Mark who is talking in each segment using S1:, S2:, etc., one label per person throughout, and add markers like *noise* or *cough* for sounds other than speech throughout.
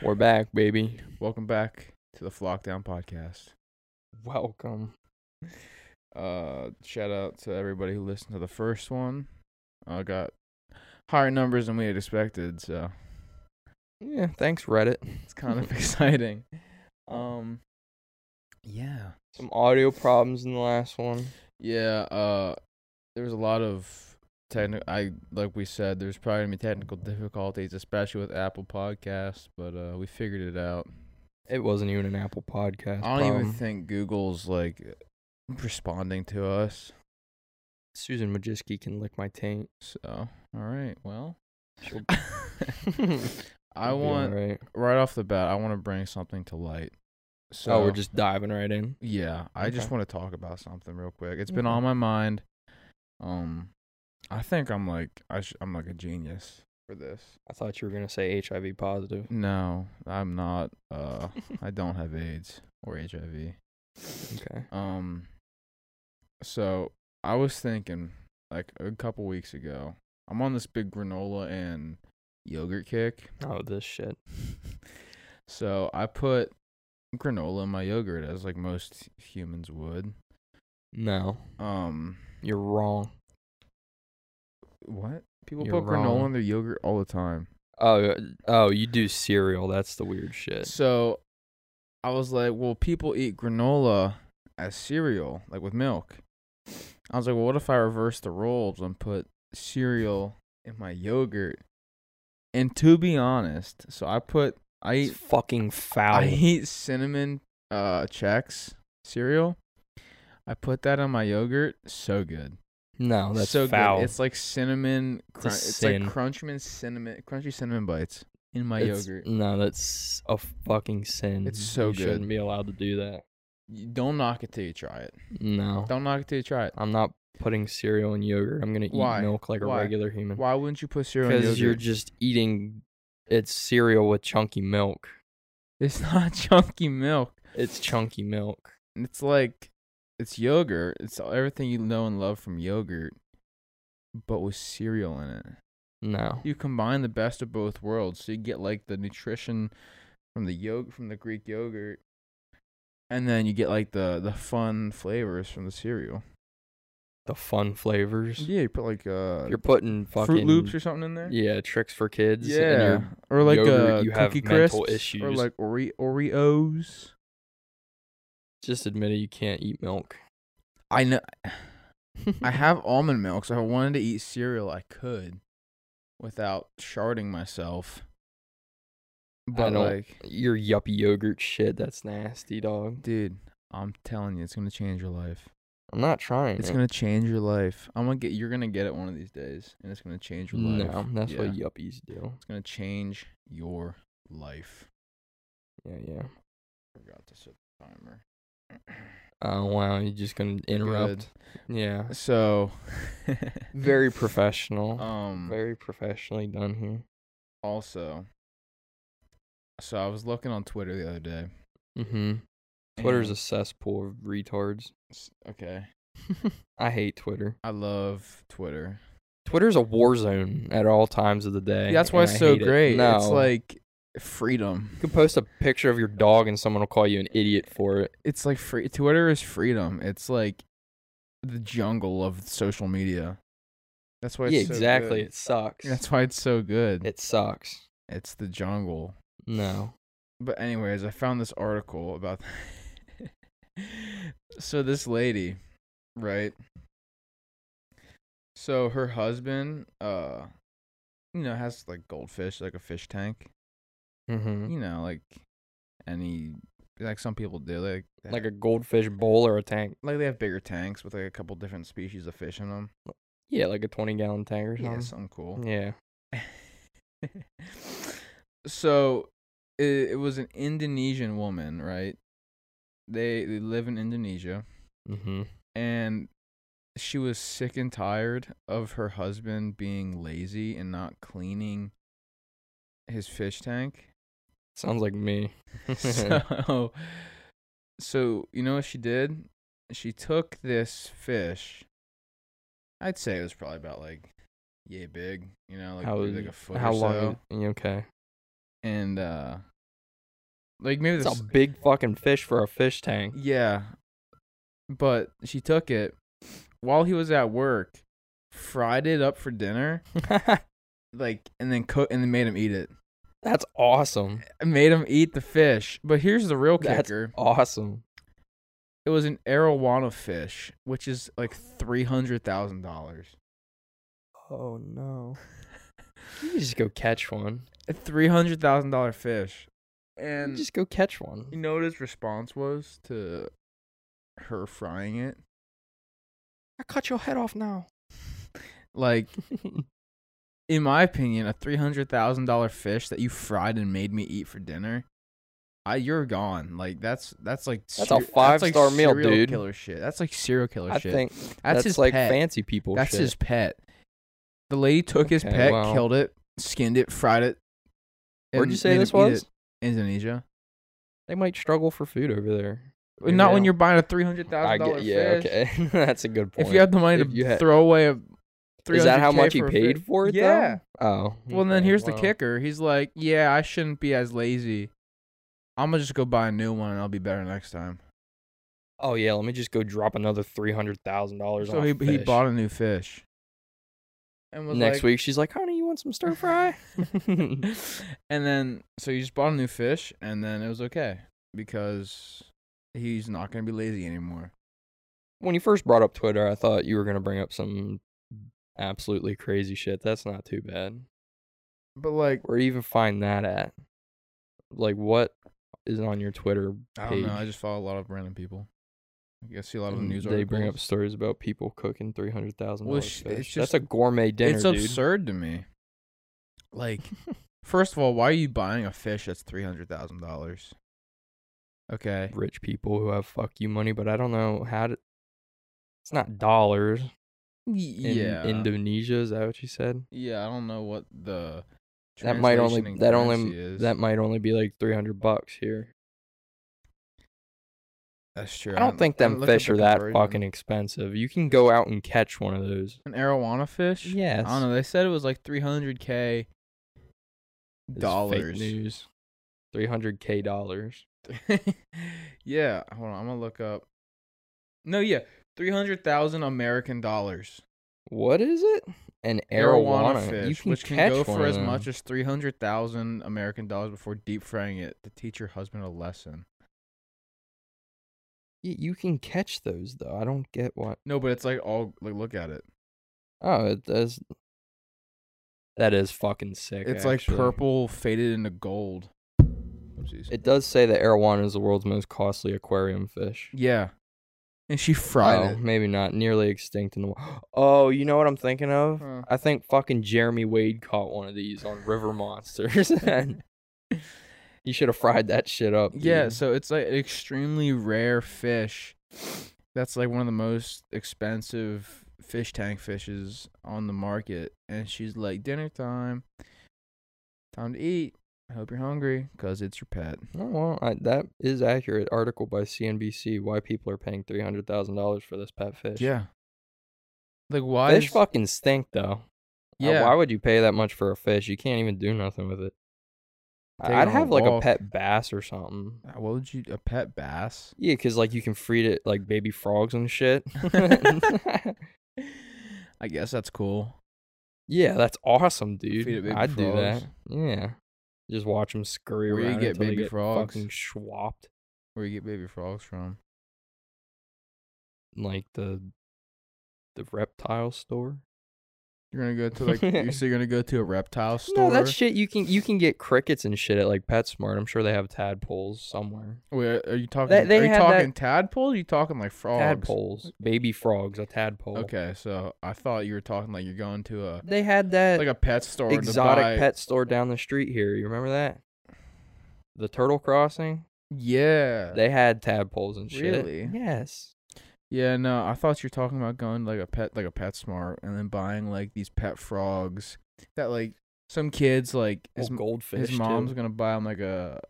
S1: We're back, baby.
S2: Welcome back to the Flockdown podcast.
S1: Welcome.
S2: Uh, shout out to everybody who listened to the first one. I got higher numbers than we had expected, so
S1: Yeah, thanks Reddit.
S2: it's kind of exciting. Um, yeah,
S1: Some audio problems in the last one.
S2: yeah. Uh, there was a lot of technical. I like we said, there's probably gonna be technical difficulties, especially with Apple Podcasts, but uh, we figured it out.
S1: It wasn't even an Apple podcast.
S2: I don't even
S1: problem.
S2: think Google's like responding to us.
S1: Susan Majewski can lick my taint.
S2: So, all right. Well, *laughs*
S1: She'll-
S2: I want right off the bat. I want to bring something to light. So
S1: oh, we're just diving right in.
S2: yeah. I just
S1: Okay.
S2: want to talk about something real quick. It's been
S1: Okay.
S2: on my mind. Um, I think I'm like I sh- I'm like a genius for this.
S1: I thought you were gonna say HIV positive.
S2: No, I'm not. Uh, I don't have AIDS or HIV.
S1: *laughs* Okay.
S2: Um, so I was thinking like a couple weeks ago. I'm on this big granola and yogurt kick.
S1: Oh, this shit.
S2: So I put granola in my yogurt as like most humans would.
S1: No,
S2: Um
S1: you're wrong.
S2: what? People
S1: You're
S2: put granola
S1: wrong.
S2: in their yogurt all the time.
S1: Oh, uh, oh, you do cereal. That's the weird shit.
S2: So I was like, well, people eat granola as cereal, like with milk. I was like, well, what if I reverse the roles and put cereal in my yogurt? And to be honest, so I put I
S1: It's
S2: eat
S1: fucking foul.
S2: I eat cinnamon uh Chex cereal. I put that on my yogurt. So good.
S1: no, Oh, that's
S2: so
S1: foul.
S2: good. It's like cinnamon.
S1: a
S2: Crunch, it's
S1: sin.
S2: like Crunchman cinnamon, crunchy cinnamon bites in my
S1: It's-
S2: yogurt.
S1: No, that's a fucking sin.
S2: It's so
S1: you
S2: good.
S1: Shouldn't be allowed to do that.
S2: You don't knock it till you try it.
S1: No,
S2: Don't knock it till you try it.
S1: I'm not putting cereal in yogurt. I'm gonna eat
S2: Why?
S1: milk like
S2: Why?
S1: a regular human.
S2: Why wouldn't you put cereal in yogurt?
S1: Because Mm. you're just eating. It's cereal with chunky milk.
S2: It's *laughs* not chunky milk.
S1: It's chunky milk.
S2: It's like it's yogurt. It's everything you know and love from yogurt, but with cereal in it.
S1: No.
S2: you combine the best of both worlds so you get like the nutrition from the yog from the greek yogurt and then you get like the the fun flavors from the cereal
S1: The fun flavors.
S2: yeah you put like uh
S1: You're putting fucking
S2: fruit loops or something in there
S1: yeah tricks for kids. and
S2: yeah
S1: you're-
S2: or like
S1: yogurt,
S2: uh
S1: you have
S2: cookie
S1: mental
S2: crisps or
S1: issues.
S2: like Ore- oreos
S1: just admit it. You can't eat milk.
S2: i know *laughs* i have almond milk so if i wanted to eat cereal i could without sharding myself but
S1: don't-
S2: like
S1: *laughs* your yuppie yogurt shit. That's nasty, dog.
S2: dude i'm telling you it's gonna change your life
S1: I'm not trying.
S2: It's
S1: it.
S2: gonna change your life. I'm gonna get. You're gonna get it one of these days, and it's gonna change your life.
S1: No, that's
S2: Yeah.
S1: what yuppies do.
S2: It's gonna change your life.
S1: Yeah, yeah.
S2: Forgot to set the timer. *clears throat* Uh,
S1: Oh wow, you're just gonna interrupt. Yeah.
S2: Good. So, *laughs*
S1: Very professional.
S2: um.
S1: Very professionally done here.
S2: Also, so I was looking on Twitter the other day.
S1: Mm-hmm. Twitter's a
S2: and-
S1: cesspool of retards.
S2: s- okay.
S1: I hate Twitter.
S2: I love Twitter.
S1: Twitter's a war zone at all times of the day.
S2: That's why
S1: and
S2: it's
S1: I
S2: so
S1: hate it.
S2: great.
S1: No.
S2: It's like freedom.
S1: you can post a picture of your dog and someone will call you an idiot for it.
S2: it's like free Twitter is freedom. It's like the jungle of social media. That's why it's
S1: yeah,
S2: so
S1: exactly.
S2: good.
S1: It sucks.
S2: That's why it's so good.
S1: it sucks.
S2: it's the jungle.
S1: No.
S2: But anyways, I found this article about *laughs* So this lady, right? So her husband uh you know has like goldfish, like a fish tank.
S1: Mm-hmm.
S2: You know, like any like some people do like
S1: Like a goldfish bowl or a tank.
S2: like they have bigger tanks with like a couple different species of fish in them.
S1: Yeah, like a 20 gallon tank or
S2: Yeah,
S1: something.
S2: something cool.
S1: Yeah.
S2: so it, it was an Indonesian woman, right? They they live in Indonesia,
S1: Mm-hmm.
S2: and she was sick and tired of her husband being lazy and not cleaning his fish tank.
S1: Sounds like me.
S2: *laughs*
S1: *laughs*
S2: so, so you know what she did? She took this fish. I'd say it was probably about like yay big, you know, like,
S1: how
S2: maybe like a foot
S1: how
S2: or
S1: long?
S2: so.
S1: you- you okay.
S2: And uh, Like maybe
S1: It's
S2: this.
S1: a big fucking fish for a fish
S2: *laughs*
S1: tank.
S2: Yeah. But she took it while he was at work, fried it up for dinner, like and then cook and then made him eat it.
S1: That's awesome.
S2: I made him eat the fish. But here's the real
S1: That's
S2: kicker.
S1: awesome.
S2: It was an arowana fish, which is like three hundred thousand dollars.
S1: Oh no. *laughs* You could just go catch one.
S2: A three hundred thousand dollar fish.
S1: You
S2: And
S1: just go catch
S2: you
S1: one.
S2: know what his response was to her frying it?
S1: I cut your head off now. *laughs*
S2: Like in my opinion, a three hundred thousand dollar fish that you fried and made me eat for dinner, I you're gone. Like that's that's like
S1: That's a five-star meal,
S2: serial
S1: dude.
S2: Killer shit. That's like serial killer
S1: I
S2: shit.
S1: think
S2: that's,
S1: that's,
S2: his
S1: like
S2: pet.
S1: fancy people.
S2: that's
S1: shit.
S2: his pet. The lady took his
S1: Okay,
S2: pet,
S1: wow.
S2: killed it, skinned it, fried it.
S1: Where'd
S2: and
S1: you say
S2: made him
S1: this
S2: eat
S1: was?
S2: it. Indonesia.
S1: They might struggle for food over there. Maybe
S2: Not
S1: they
S2: when
S1: don't.
S2: you're buying a three hundred thousand
S1: I
S2: dollar
S1: get.
S2: fish.
S1: Yeah. Okay. *laughs* that's a good point.
S2: If you have the money
S1: If you
S2: to
S1: had-
S2: throw away a.
S1: Is that how
S2: 300K
S1: much he
S2: for a
S1: paid
S2: fish-
S1: for it? though?
S2: Yeah.
S1: Oh.
S2: Well, then
S1: okay,
S2: here's the
S1: wow.
S2: kicker. He's like, yeah, I shouldn't be as lazy. I'm gonna just go buy a new one and I'll be better next time.
S1: Oh yeah, let me just go drop another three hundred thousand dollars.
S2: So he he bought a new fish. And was
S1: Next
S2: like- *laughs*
S1: week, she's like, "Honey, you want some stir fry?" *laughs*
S2: and then so he just bought a new fish, and then it was okay because he's not gonna be lazy anymore.
S1: when you first brought up Twitter, I thought you were gonna bring up some absolutely crazy shit. That's not too bad.
S2: But like,
S1: Where do you even find that at? Like, what is on your Twitter page?
S2: I don't know. I just follow a lot of random people. I see a lot of the
S1: And
S2: news
S1: they bring up
S2: articles.
S1: stories about people cooking three hundred thousand
S2: Well,
S1: dollars
S2: it's-
S1: fish.
S2: it's just-
S1: That's a gourmet dinner,
S2: it's
S1: dude.
S2: absurd to me.
S1: *laughs*
S2: Like, first of all, why are you buying a fish that's three hundred thousand dollars? Okay,
S1: Rich people who have fuck you money, but I don't know how to. It's not dollars. in
S2: yeah,
S1: Indonesia. Is that what you said?
S2: yeah. I don't know what the
S1: That might
S2: translation
S1: only
S2: in
S1: that
S2: currency
S1: only
S2: is.
S1: that might only be like three hundred bucks here.
S2: that's true.
S1: I don't think
S2: I
S1: them
S2: looked up
S1: fish
S2: the
S1: are that
S2: conversion.
S1: fucking expensive. You can go out and catch one of those.
S2: an arowana fish.
S1: Yes,
S2: I don't know. They said it was like three hundred k dollars.
S1: news. Three hundred k dollars.
S2: *laughs* yeah, hold on. I'm gonna look up. No, yeah, three hundred thousand American dollars.
S1: What is it? An
S2: arowana,
S1: arowana.
S2: fish,
S1: you can
S2: which
S1: catch
S2: can go
S1: one
S2: for
S1: of
S2: as
S1: them.
S2: much as 300,000 American dollars before deep frying it to teach your husband a lesson.
S1: Y- You can catch those though. I don't get what.
S2: No, but it's like all like look at it.
S1: Oh, it does. That is fucking sick.
S2: it's like
S1: actually.
S2: purple faded into gold. Oopsies.
S1: It does say that arowana is the world's most costly aquarium fish.
S2: yeah. And she fried
S1: oh, *laughs*
S2: it.
S1: maybe not. Nearly extinct in the. wa- Oh, you know what I'm thinking of?
S2: Huh.
S1: I think fucking Jeremy Wade caught one of these on River Monsters. *laughs* and you should have fried that shit up. dude.
S2: Yeah, so it's like an extremely rare fish. That's like one of the most expensive fish tank fishes on the market. And she's like, dinner time. Time to eat. I hope you're hungry because it's your pet.
S1: No, Oh, well, I, that is accurate. Article by CNBC: Why people are paying three hundred thousand dollars for this pet fish.
S2: Yeah. Like, why?
S1: fish
S2: is-
S1: fucking stink though. Uh,
S2: yeah.
S1: why would you pay that much for a fish? You can't even do nothing with it.
S2: Take it
S1: I'd
S2: on a
S1: have like
S2: walk.
S1: a pet bass or something.
S2: Uh, what would you. A pet bass?
S1: Yeah, because like you can feed it like baby frogs and
S2: *laughs*
S1: shit. *laughs*
S2: I guess that's cool.
S1: yeah, that's awesome, dude.
S2: Feed it baby
S1: I'd do
S2: frogs.
S1: that. Yeah, just watch them scurry
S2: Where you
S1: around
S2: get
S1: until they
S2: baby
S1: get
S2: frogs?
S1: fucking schwapped
S2: Where you get baby frogs from.
S1: in, like the the reptile store.
S2: You're gonna go to like
S1: *laughs*
S2: you so you're gonna go to a reptile
S1: No,
S2: store.
S1: that shit you can you can get crickets and shit at like PetSmart. I'm sure they have tadpoles somewhere.
S2: Wait, are- are you talking?
S1: they
S2: are you
S1: had that-
S2: talking tadpole? Or you talking like frogs?
S1: Tadpoles, baby frogs, a tadpole.
S2: Okay, so I thought you were talking like you're going to a
S1: They had that
S2: like a pet store
S1: exotic
S2: to buy.
S1: pet store down the street here. You remember that? The Turtle Crossing.
S2: Yeah.
S1: They had tadpoles and shit.
S2: Really?
S1: Yes.
S2: yeah. No, I thought you were talking about going to like a pet like a pet smart and then buying like these pet frogs that like some kids like his,
S1: His
S2: m-
S1: Oh, goldfish.
S2: his mom's
S1: too.
S2: gonna buy him like a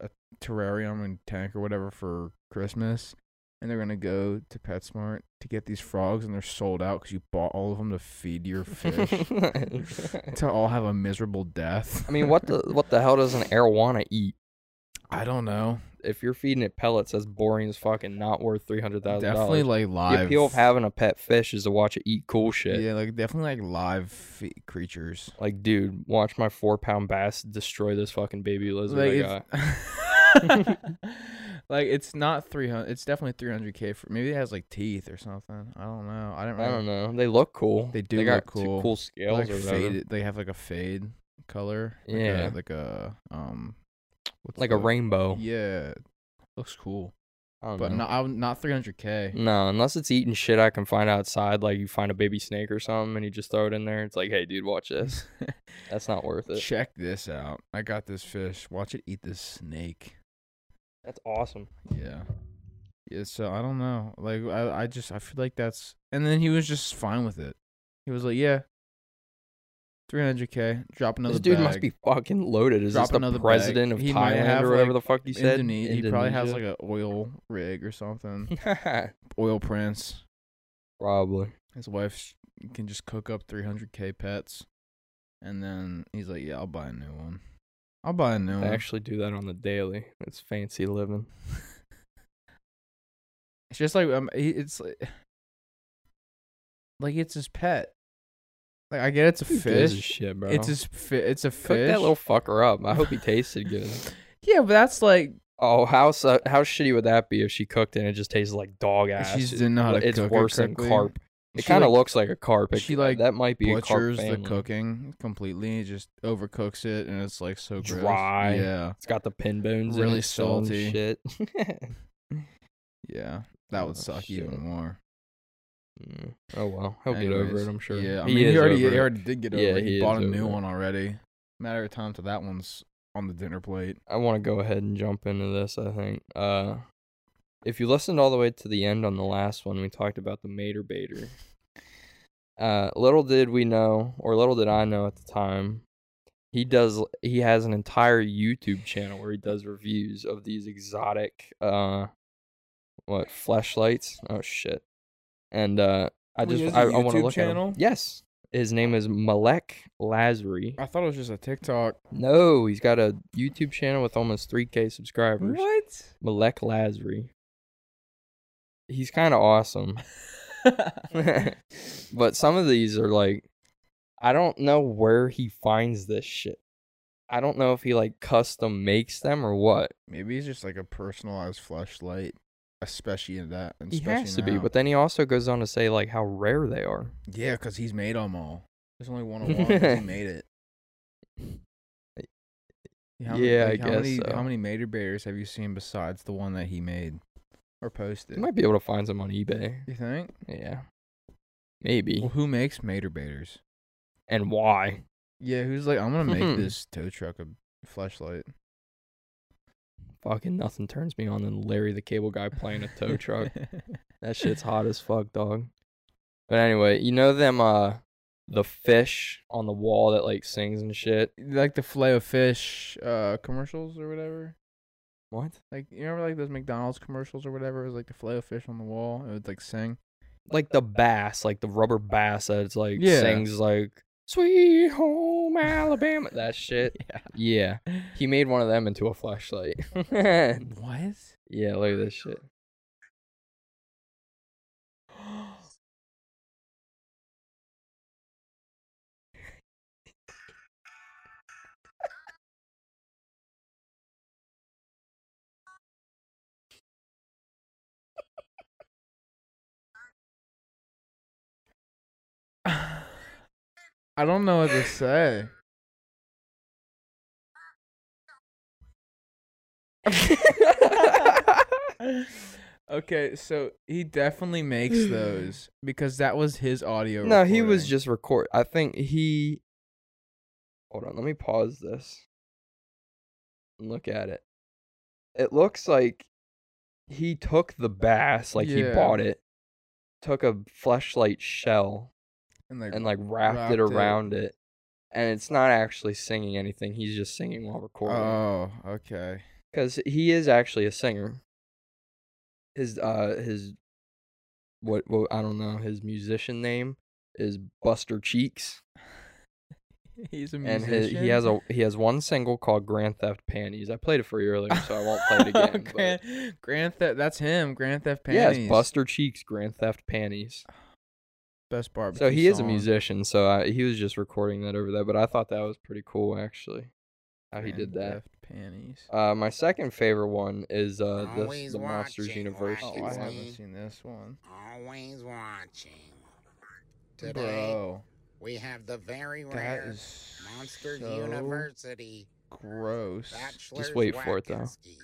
S2: a terrarium and tank or whatever for Christmas. And they're gonna go to PetSmart to get these frogs, and they're sold out because you bought all of them to feed
S1: *laughs*
S2: your fish. *laughs* to all have a miserable death.
S1: I mean, what the what the hell does an arowana eat?
S2: *laughs* I don't know.
S1: If you're feeding it pellets, that's boring as fucking not worth three hundred thousand
S2: Definitely
S1: dollars.
S2: like
S1: The
S2: live.
S1: appeal of having a pet fish is to watch it eat cool shit.
S2: Yeah, like definitely like live fe- creatures.
S1: Like, dude, watch my four pound bass destroy this fucking baby lizard I got.
S2: it's, *laughs* like it's not 300 it's definitely 300k for maybe it has like teeth or something i don't know i don't,
S1: I don't know. They look cool.
S2: Mm. They do
S1: They
S2: look
S1: got
S2: cool.
S1: Two cool
S2: They're,
S1: scales
S2: like
S1: or whatever.
S2: faded they have like a fade color like
S1: Yeah.
S2: a, like a um what's
S1: Like a
S2: the-
S1: rainbow.
S2: yeah looks cool
S1: I don't
S2: but
S1: know. Mm,
S2: not I would- not 300k
S1: No, unless it's eating shit I can find outside, like you find a baby snake or something and you just throw it in there. It's like, hey, dude, watch
S2: *laughs*
S1: this. That's not worth it.
S2: check this out i got this fish watch it eat this snake
S1: That's awesome.
S2: yeah yeah so i don't know like i, I just i feel like that's and then he was just fine with it he was like yeah 300k drop another
S1: this dude
S2: bag.
S1: must be fucking loaded. Is
S2: Drop
S1: this the
S2: another bag.
S1: president of
S2: He might
S1: Thailand
S2: have,
S1: or whatever
S2: like,
S1: the fuck you said?
S2: Indone- He probably has
S1: Indonesia?
S2: like an oil rig
S1: *laughs*
S2: or something. Oil prince.
S1: probably.
S2: His wife sh- can just cook up 300k pets, and then he's like, "Yeah, I'll buy a new one. I'll buy a
S1: I
S2: new one."
S1: actually do that on the daily. It's fancy living.
S2: it's just like um, he- it's like, *sighs* like it's his pet. Like I get it's a
S1: Who gives a
S2: fish.
S1: shit, bro.
S2: It's his fi- It's a
S1: Cook
S2: fish.
S1: that little fucker up. I
S2: *laughs*
S1: hope he tasted good.
S2: yeah, but that's like
S1: Oh, how su- how shitty would that be if she cooked it and it just tasted like dog ass?
S2: she just didn't know how to
S1: it's
S2: cook
S1: worse
S2: it
S1: than
S2: correctly.
S1: carp. It
S2: She,
S1: kind of
S2: like,
S1: looks like a carp. It-
S2: she, like,
S1: that might be
S2: butchers
S1: a
S2: the
S1: carp family.
S2: cooking completely. Just overcooks it, and it's like so gross.
S1: Dry.
S2: Yeah,
S1: It's got the pin bones. in
S2: Really
S1: it still and
S2: salty.
S1: shit. *laughs*
S2: yeah, that
S1: Oh,
S2: would suck
S1: shit.
S2: even more.
S1: Mm. oh well, he'll get over
S2: Anyways,
S1: it. I'm sure.
S2: Yeah, I mean, he,
S1: is
S2: already
S1: over
S2: he
S1: it.
S2: already did get over
S1: Yeah,
S2: it. He,
S1: he
S2: bought
S1: is
S2: a new
S1: over it.
S2: one already. Matter of time till that one's on the dinner plate.
S1: I want to go ahead and jump into this. I think. Uh, if you listened all the way to the end on the last one, we talked about the mater
S2: *laughs*
S1: baiter. Uh, little did we know, or little did I know at the time, he does. He has an entire YouTube channel where he does reviews of these exotic, uh, what flashlights? Oh shit! And uh, I
S2: Wait,
S1: just
S2: he has a
S1: I, I want to
S2: YouTube
S1: look at
S2: channel?
S1: him. Yes, his name is Malek Lazary.
S2: I thought it was just a TikTok.
S1: No, he's got a YouTube channel with almost 3K subscribers.
S2: What?
S1: Malek Lazary. He's kind of awesome. *laughs* but some of these are like, I don't know where he finds this shit. I don't know if he like custom makes them or what.
S2: Maybe it's just like a personalized flashlight, especially in that. and
S1: He has to
S2: especially
S1: be.
S2: now.
S1: But then he also goes on to say like how rare they are.
S2: yeah, because he's made them all. There's only one of one. 'cause he made
S1: *laughs*
S2: it.
S1: Yeah, I
S2: like, how
S1: guess
S2: many,
S1: so.
S2: How many Mater Bears have you seen besides the one that he made or posted?
S1: You might be able to find some on eBay.
S2: You think?
S1: Yeah. Maybe.
S2: Well, who makes Mater Baiters?
S1: And why?
S2: Yeah, who's like, I'm gonna
S1: Mhm.
S2: make this tow truck a flashlight.
S1: Fucking nothing turns me on than Larry the Cable Guy playing a
S2: *laughs*
S1: tow truck. That shit's hot as fuck, dog. But anyway, you know them uh the fish on the wall that like sings and shit.
S2: like the filet of fish uh, commercials or whatever.
S1: What?
S2: Like you remember like those McDonald's commercials or whatever? It was like the filet of fish on the wall. It would like sing.
S1: Like the bass, like the rubber bass that's like
S2: Yeah.
S1: sings like Sweet Home Alabama. That shit. *laughs* Yeah. He made one of them into a flashlight. *laughs* yeah,
S2: What?
S1: look at this *laughs* shit.
S2: *laughs* I don't know what to say.
S1: *laughs*
S2: okay, so he definitely makes
S1: *laughs*
S2: those because that was his audio.
S1: No, he was
S2: recording.
S1: just record. I think he. Hold on, let me pause this. And look at it. It looks like he took the bass, like he
S2: Yeah.
S1: bought it, took a fleshlight shell
S2: and like,
S1: and like wrapped, it
S2: wrapped it.
S1: around it. and it's not actually singing anything. He's just singing while recording
S2: oh,
S1: *laughs*
S2: okay.
S1: because he is actually a singer. His uh his what what I don't know his musician name is Buster Cheeks.
S2: He's a
S1: and
S2: musician.
S1: his, he has a he has one single called Grand Theft Panties. I played it for you earlier, *laughs* so I won't
S2: *laughs*
S1: play it again. but-
S2: Oh, Grand, Grand Theft. That's him. Grand Theft
S1: Yes,
S2: Panties.
S1: Buster Cheeks, Grand Theft Panties.
S2: Best barbecue.
S1: So he is a
S2: song.
S1: musician. So I, he was just recording that over there, but I thought that was pretty cool actually, how he did
S2: Grand
S1: that.
S2: Theft Panties.
S1: Uh, my second favorite one is uh, this
S3: Always
S1: the Monsters
S3: watching,
S1: University.
S2: Oh,
S3: watching.
S1: one.
S2: I haven't
S3: me.
S2: seen this one.
S3: Always watching. Today
S2: Bro,
S3: we have the very
S2: that
S3: rare
S2: is
S3: Monster
S2: so
S3: University
S2: gross.
S3: Bachelor's
S1: wait for it, though.
S3: Wackinski.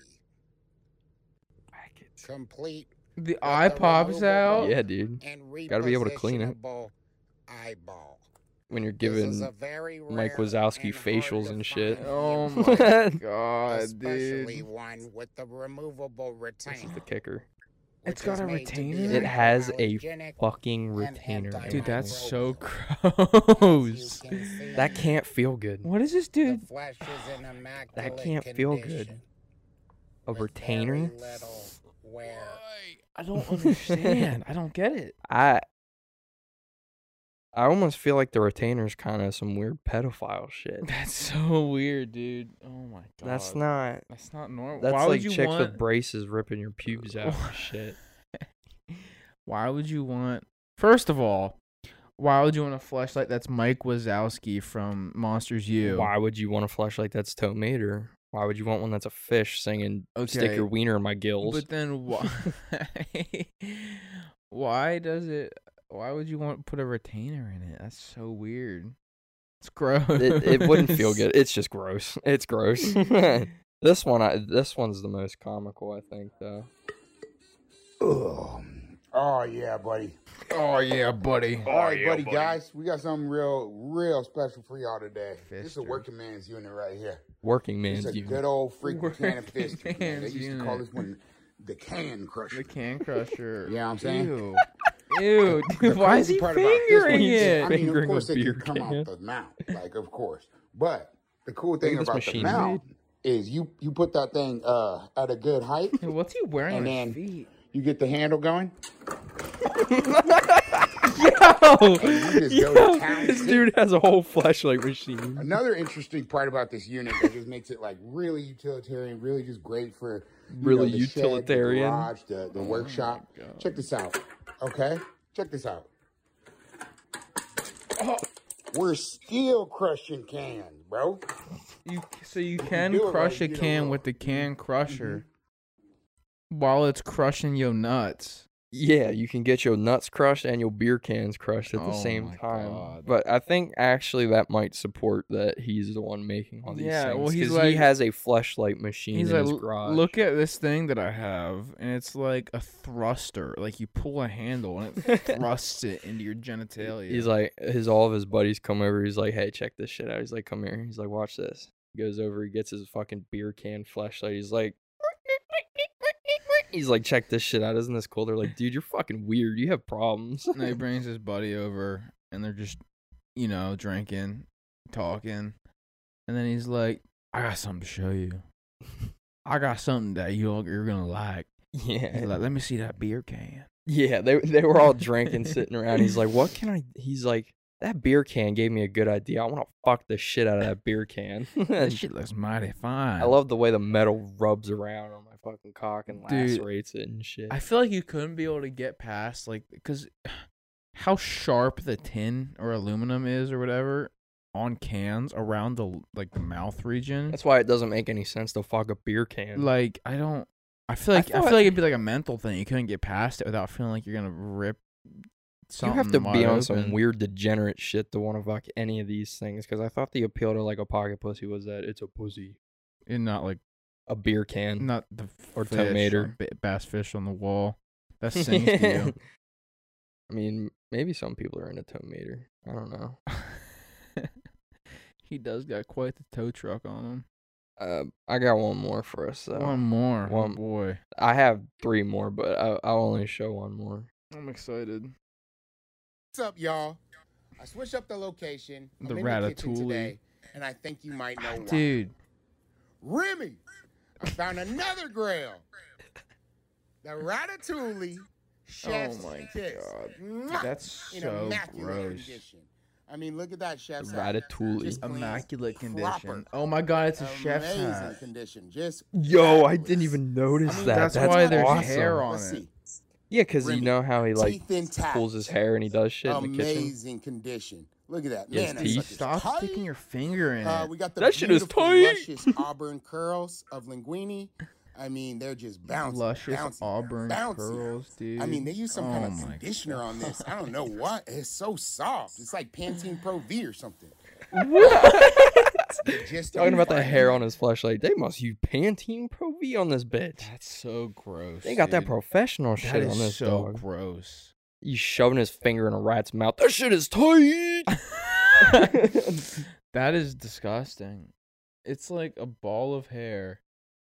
S3: Complete
S2: The
S3: the
S2: eye pops
S3: removable
S2: out.
S3: Oh.
S1: Yeah, dude.
S3: and repositionable
S1: Gotta be able to clean it.
S3: eyeball.
S1: When you're
S3: This is
S1: given
S3: a
S1: *laughs*
S3: very
S1: Mike
S3: rare
S1: Wazowski
S3: and hard
S1: facials
S3: to
S1: and shit.
S3: find
S2: Oh
S3: beauty,
S2: my
S1: this
S2: *laughs* God,
S3: *laughs* especially
S2: dude.
S3: one with the removable
S1: is
S3: retainer.
S1: the kicker.
S3: which
S2: It's got
S3: is
S2: a
S3: made to be
S2: retainer?
S1: It has a
S3: hypoallergenic
S1: Fucking
S3: And
S1: retainer.
S3: anti-
S1: in
S2: Dude,
S1: it.
S2: that's so
S3: As
S2: gross.
S3: you can see,
S1: that can't feel good.
S2: What is this,
S1: *laughs*
S3: the
S2: dude?
S3: flesh is in immaculate
S1: can't feel good.
S3: condition
S1: A
S3: with
S1: retainer?
S3: very little wear.
S2: I don't understand. I don't get it. *laughs*
S1: I I almost feel like the retainer's kind of some weird pedophile shit. *laughs*
S2: That's so weird, dude. Oh my god.
S1: That's not.
S2: That's not normal.
S1: That's
S2: Why
S1: like
S2: would you
S1: chicks
S2: want...
S1: with braces ripping your pubes out and shit.
S2: Why would you want? First of all, why would you want a flashlight that's Mike Wazowski from Monsters U?
S1: Why would you want a flashlight that's Toe Mater? Why would you want one that's a fish singing "Stick
S2: Okay,
S1: Your Wiener in My Gills"?
S2: But then why? *laughs* why does it? Why would you want put a retainer in it? That's so weird. It's gross.
S1: *laughs* it, it wouldn't feel good. It's just gross. It's
S2: *laughs*
S1: gross. *laughs* this one, I this one's the most comical, I think, though.
S4: Ugh. Oh yeah, buddy.
S2: oh yeah, buddy.
S4: All right, buddy, guys, we got something real, real special for y'all today. This is a
S2: Fister.
S4: working man's unit right here.
S1: Working
S4: It's
S1: man's
S4: a
S1: unit. *laughs*
S4: good old freaking can of
S2: Working
S4: fish. man. They
S2: man's
S4: used to call
S2: unit.
S4: this one the can crusher.
S2: The can crusher.
S4: Yeah, I'm saying. *laughs*
S2: Ew. Ew,
S4: The
S2: dude, why is
S4: crazy
S2: he
S4: part about this one
S2: fingering
S4: is,
S2: it?
S4: I mean, of
S1: Fingering
S4: course
S1: a
S4: it can
S1: beer
S4: come
S1: can.
S4: out the mouth, like of course. But the cool
S1: at
S4: thing
S1: this
S4: about the
S1: machine.
S4: mouth is you you put that thing uh, at a good height,
S2: Hey, What's he wearing
S4: And
S2: on his
S4: then-
S2: feet?
S4: you get the handle going.
S2: *laughs* Yo,
S4: You just go
S1: Oh, Yo,
S4: to town.
S1: this dude has a whole flashlight machine.
S4: Another interesting part about this unit that just makes it like really utilitarian, really just great for you
S1: Really
S4: know, the shed, the
S1: utilitarian.
S4: garage, the,
S3: Oh
S4: the workshop. Check this out. Okay, check this out.
S1: Oh.
S4: We're still crushing cans, bro.
S2: you, so you can
S4: do it
S2: crush a
S4: right, you don't
S2: can
S4: know.
S2: with the can
S4: mm-hmm.
S2: crusher while it's crushing your nuts.
S1: Yeah, you can get your nuts crushed and your beer cans crushed at the
S2: Oh
S1: same
S2: my
S1: time.
S2: God.
S1: But I think actually that might support that he's the one making all these
S2: Yeah,
S1: things.
S2: well, he's
S1: 'cause
S2: like-
S1: he has a flashlight machine
S2: He's
S1: in
S2: like,
S1: his
S2: "L-
S1: garage.
S2: look at this thing that I have, and it's like a thruster. Like you pull a handle and it thrusts it into your genitalia.
S1: He's like his all of his buddies come over. He's like, hey, check this shit out. He's like, come here. He's like, watch this. He goes over. He gets his fucking beer can flashlight. He's like. He's like, check this shit out. Isn't this cool? They're like, dude, you're fucking weird. You have problems. *laughs*
S2: and he brings his buddy over, and they're just, you know, drinking, talking, and then he's like, "I got something to show you. I got something that you all- you're gonna like." He's
S1: yeah. *laughs*
S2: like, "Let me see that beer can."
S1: Yeah, they they were all
S2: *laughs*
S1: drinking, sitting around. He's like, "What can I?" He's like, "That beer can gave me a good idea. I want to fuck the shit out of that beer
S2: *laughs*
S1: can." *laughs*
S2: This shit looks mighty fine.
S1: I love the way the metal rubs around on my fucking cock and
S2: Dude,
S1: lacerates it and shit.
S2: I feel like you couldn't be able to get past like because *sighs* how sharp the tin or aluminum is or whatever on cans around the like the mouth region.
S1: That's why it doesn't make any sense to fuck a beer can.
S2: like I don't. I feel like I,
S1: thought-
S2: feel like it'd be like a mental thing. You couldn't get past it without feeling like you're gonna rip.
S1: you
S2: Something
S1: have to
S2: wide
S1: be on some
S2: open.
S1: weird degenerate shit to want to fuck any of these things. Because I thought the appeal to like a pocket pussy was that it's a pussy,
S2: and not like
S1: a beer can.
S2: not the
S1: Mm. Or
S2: fish,
S1: tomato.
S2: on- ba- bass fish on the wall.
S1: *laughs*
S2: That sings to
S1: I mean, maybe some people are into tomato. I don't know. *laughs*
S2: you. *laughs* he does got quite the tow truck on him.
S1: Uh, I got one more for us though.
S2: One more, oh
S1: one-
S2: boy.
S1: I have three more, but I, I'll only show one more.
S2: I'm excited.
S3: What's up, y'all? I switched up the location. I'm
S2: The
S3: in the kitchen
S2: ratatouille.
S3: today, and I think you might know why. *laughs*
S2: Dude,
S3: Remy, I found another grail. The ratatouille chef's
S2: my
S3: kiss.
S2: God.
S3: Mwah!
S2: that's
S3: in
S2: so
S3: immaculate
S2: gross.
S3: condition. I mean, look at that chef's hat.
S1: Ratatouille.
S3: Just clean,
S2: Immaculate condition.
S3: proper,
S2: Oh my god, it's a chef's
S3: amazing
S2: hat.
S3: condition. Just
S1: Yo, I
S3: fabulous.
S1: didn't even notice
S3: I mean,
S1: that.
S2: that's
S1: That's,
S2: why there's
S1: awesome.
S2: hair on-
S3: Let's
S2: it.
S3: see.
S1: Yeah, because you
S3: Remy,
S1: know how he like
S3: teeth intact.
S1: pulls his hair and he does shit in the kitchen.
S3: Amazing condition. Look at that.
S1: Yes,
S3: Man, that
S1: teeth.
S3: sucker's
S2: Stop
S3: tight.
S2: sticking your finger in
S3: Uh,
S2: it.
S3: we got the
S1: That shit is
S3: beautiful,
S1: tight. *laughs*
S3: luscious auburn curls of linguini. I mean, they're just bouncing,
S2: Luscious
S3: bouncing,
S2: auburn
S3: bouncing.
S2: curls, dude.
S3: I mean, they use some kind
S2: Oh
S3: of
S2: my
S3: conditioner on this. I don't know what. It's so soft. It's like Pantene Pro V or something.
S1: *laughs*
S3: What? Just
S1: Talking about the hair on his flashlight, they must use Pantene Pro V on this bitch.
S2: That's so gross.
S1: They got that
S2: dude.
S1: professional
S2: That
S1: shit
S2: is
S1: on this
S2: so
S1: dog. *laughs*
S2: gross. *laughs*
S1: He's shoving his finger in a rat's mouth. That shit is tight. *laughs*
S2: that is disgusting. It's like a ball of hair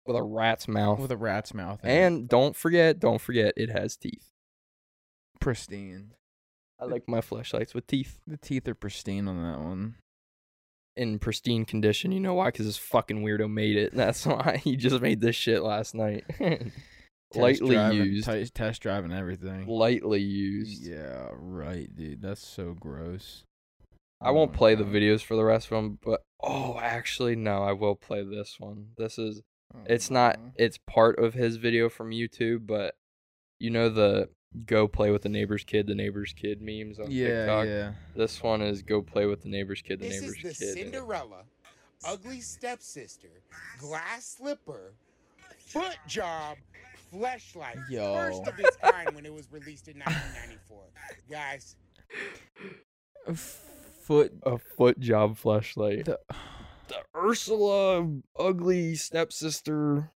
S1: With a rat's mouth.
S2: with a rat's mouth in it.
S1: Oh. and don't forget, don't forget, it has teeth.
S2: pristine.
S1: I like my flashlights with teeth
S2: The teeth are pristine on that one.
S1: in pristine condition. You know why? Because this fucking weirdo made it. *laughs* That's why he just made this shit last night. *laughs*
S2: Test
S1: lightly
S2: driving-
S1: used,
S2: te- test driving
S1: *laughs*
S2: everything.
S1: lightly used.
S2: Yeah, right, dude. That's so gross.
S1: I
S2: Oh
S1: won't
S2: my
S1: play the
S2: God.
S1: videos for the rest of them, but oh, actually, no, I will play this one. This is
S2: Oh
S1: it's not
S2: no.
S1: it's part of his video from YouTube, but you know the go play with the neighbor's kid, the neighbor's kid memes on
S2: Yeah,
S1: TikTok.
S2: yeah.
S1: This one is go play with the neighbor's kid, the
S3: This is
S1: neighbor's
S3: the
S1: kid. and it-
S3: Cinderella, ugly stepsister, glass slipper, foot job, fleshlight.
S2: Yo.
S3: First of its kind when it was released in 1994. Guys,
S2: A foot.
S1: a foot job flashlight.
S2: The
S1: The Ursula ugly stepsister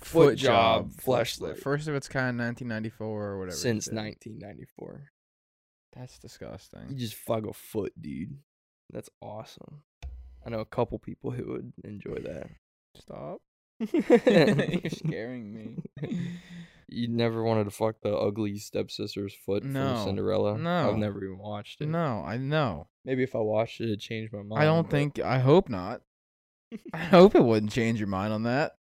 S2: foot
S1: Foot job
S2: flashlight.
S1: fleshlight.
S2: First of its kind, 1994 or whatever.
S1: since
S2: shit.
S1: 1994.
S2: That's
S1: You
S2: disgusting.
S1: just fuck a foot, dude. That's awesome. I know a couple people who would enjoy
S2: *laughs*
S1: *laughs*
S2: Stop. You're
S1: that. *laughs*
S2: scaring me.
S1: you never wanted to fuck the ugly stepsister's foot
S2: No.
S1: from Cinderella.
S2: No.
S1: I've never even watched it.
S2: No, I know.
S1: Maybe if I watched it, it'd change my mind.
S2: I don't
S1: but
S2: think. I
S1: *laughs*
S2: hope not. I hope it wouldn't change your mind on that.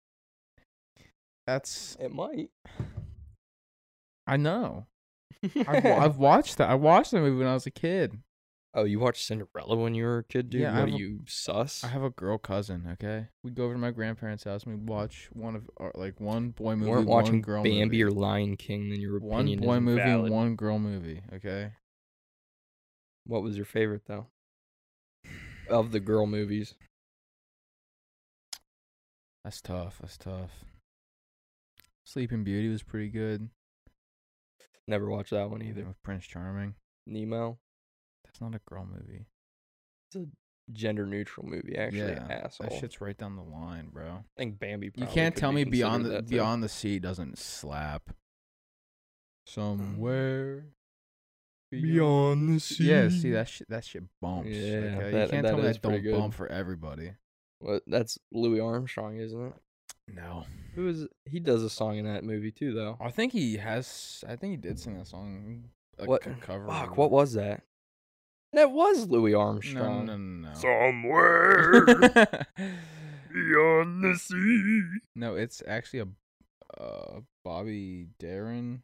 S2: That's.
S1: it might.
S2: I know. I've,
S1: *laughs*
S2: wa- I've watched that. I watched that movie when I was a kid.
S1: oh, you watched Cinderella when you were a kid, dude?
S2: Yeah, I
S1: what
S2: have
S1: are
S2: a-
S1: you sus?
S2: I have a girl cousin. Okay, we'd go over to my grandparents' house and we'd watch one of our, like one boy
S1: You
S2: movie,
S1: weren't
S2: one
S1: watching
S2: girl
S1: Bambi
S2: movie.
S1: or Lion King, then your
S2: one
S1: opinion
S2: boy
S1: is
S2: movie,
S1: valid.
S2: one girl movie. Okay,
S1: What was your favorite though? Of the girl movies,
S2: that's tough. That's tough. Sleeping Beauty was pretty good.
S1: never watched that one
S2: Either
S1: either.
S2: with Prince Charming.
S1: Nemo.
S2: That's not a girl movie.
S1: gender neutral movie actually
S2: Yeah,
S1: asshole.
S2: That shit's right down the line, bro.
S1: I think Bambi.
S2: You
S1: probably
S2: can't
S1: could
S2: tell
S1: be
S2: me beyond
S1: considered
S2: the
S1: that, Hmm. too.
S2: beyond the sea doesn't slap. Somewhere
S1: beyond the sea.
S2: Yeah, see that shit. That shit bumps.
S1: Yeah,
S2: okay? you
S1: that-
S2: can't
S1: that
S2: tell me
S1: is
S2: that
S1: pretty
S2: don't
S1: good.
S2: bump for everybody.
S1: Well, that's Louis Armstrong, isn't it?
S2: No,
S1: Who is? He does a song in that movie too, though.
S2: I think he has. I think he did sing that song. Like
S1: what
S2: a cover? or
S1: Fuck. What
S2: whatever.
S1: was that? That was Louis
S2: No,
S1: Armstrong.
S2: no, no,
S1: *laughs*
S2: no.
S1: Somewhere
S2: no.
S1: beyond the sea.
S2: *laughs* no, it's actually a uh, Bobby Darin.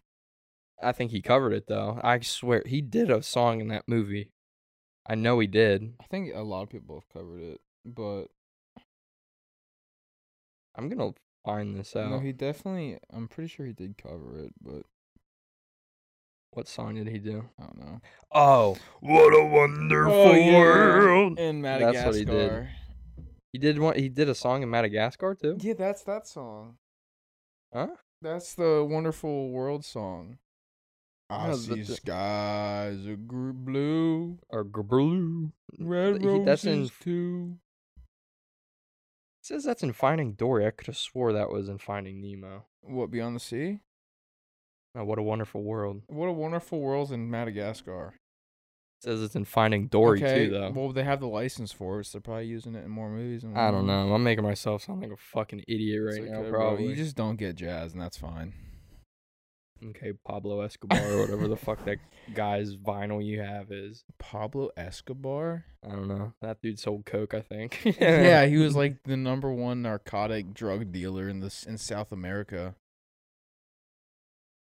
S1: I think he covered it though. I swear he did a song in that movie. I know he did.
S2: I think a lot of people have covered it, but
S1: I'm gonna find this out.
S2: no, he definitely. I'm pretty sure he did cover it, but
S1: What song did he do?
S2: I don't know.
S1: Oh, what a wonderful
S2: in Madagascar.
S1: That's what he did. He did one. He did a song in Madagascar too.
S2: Yeah, that's that song.
S1: Huh?
S2: That's the Wonderful World song. I
S1: No,
S2: see
S1: the- the-
S2: skies are gr- blue,
S1: Or Gabrulu.
S2: red
S1: He-
S2: roses
S1: that's in-
S2: too.
S1: It says that's in Finding Dory. I could have swore that was in Finding Nemo.
S2: What beyond the sea?
S1: Oh, what a wonderful world.
S2: What a wonderful world's in Madagascar.
S1: It says it's in Finding Dory
S2: okay,
S1: too, though.
S2: Well, they have the license for it, so they're probably using it in more movies. And
S1: I don't
S2: whatnot.
S1: know. I'm making myself sound like a fucking idiot
S2: Mm-hmm. It's
S1: right now,
S2: okay, bro.
S1: probably.
S2: You just don't get jazz, and that's fine.
S1: Okay, Pablo Escobar or whatever the fuck that guy's vinyl you have is.
S2: *laughs* Pablo Escobar.
S1: I don't know. That dude sold coke, I think. *laughs*
S2: yeah, he was like the number one narcotic drug dealer in this in South America.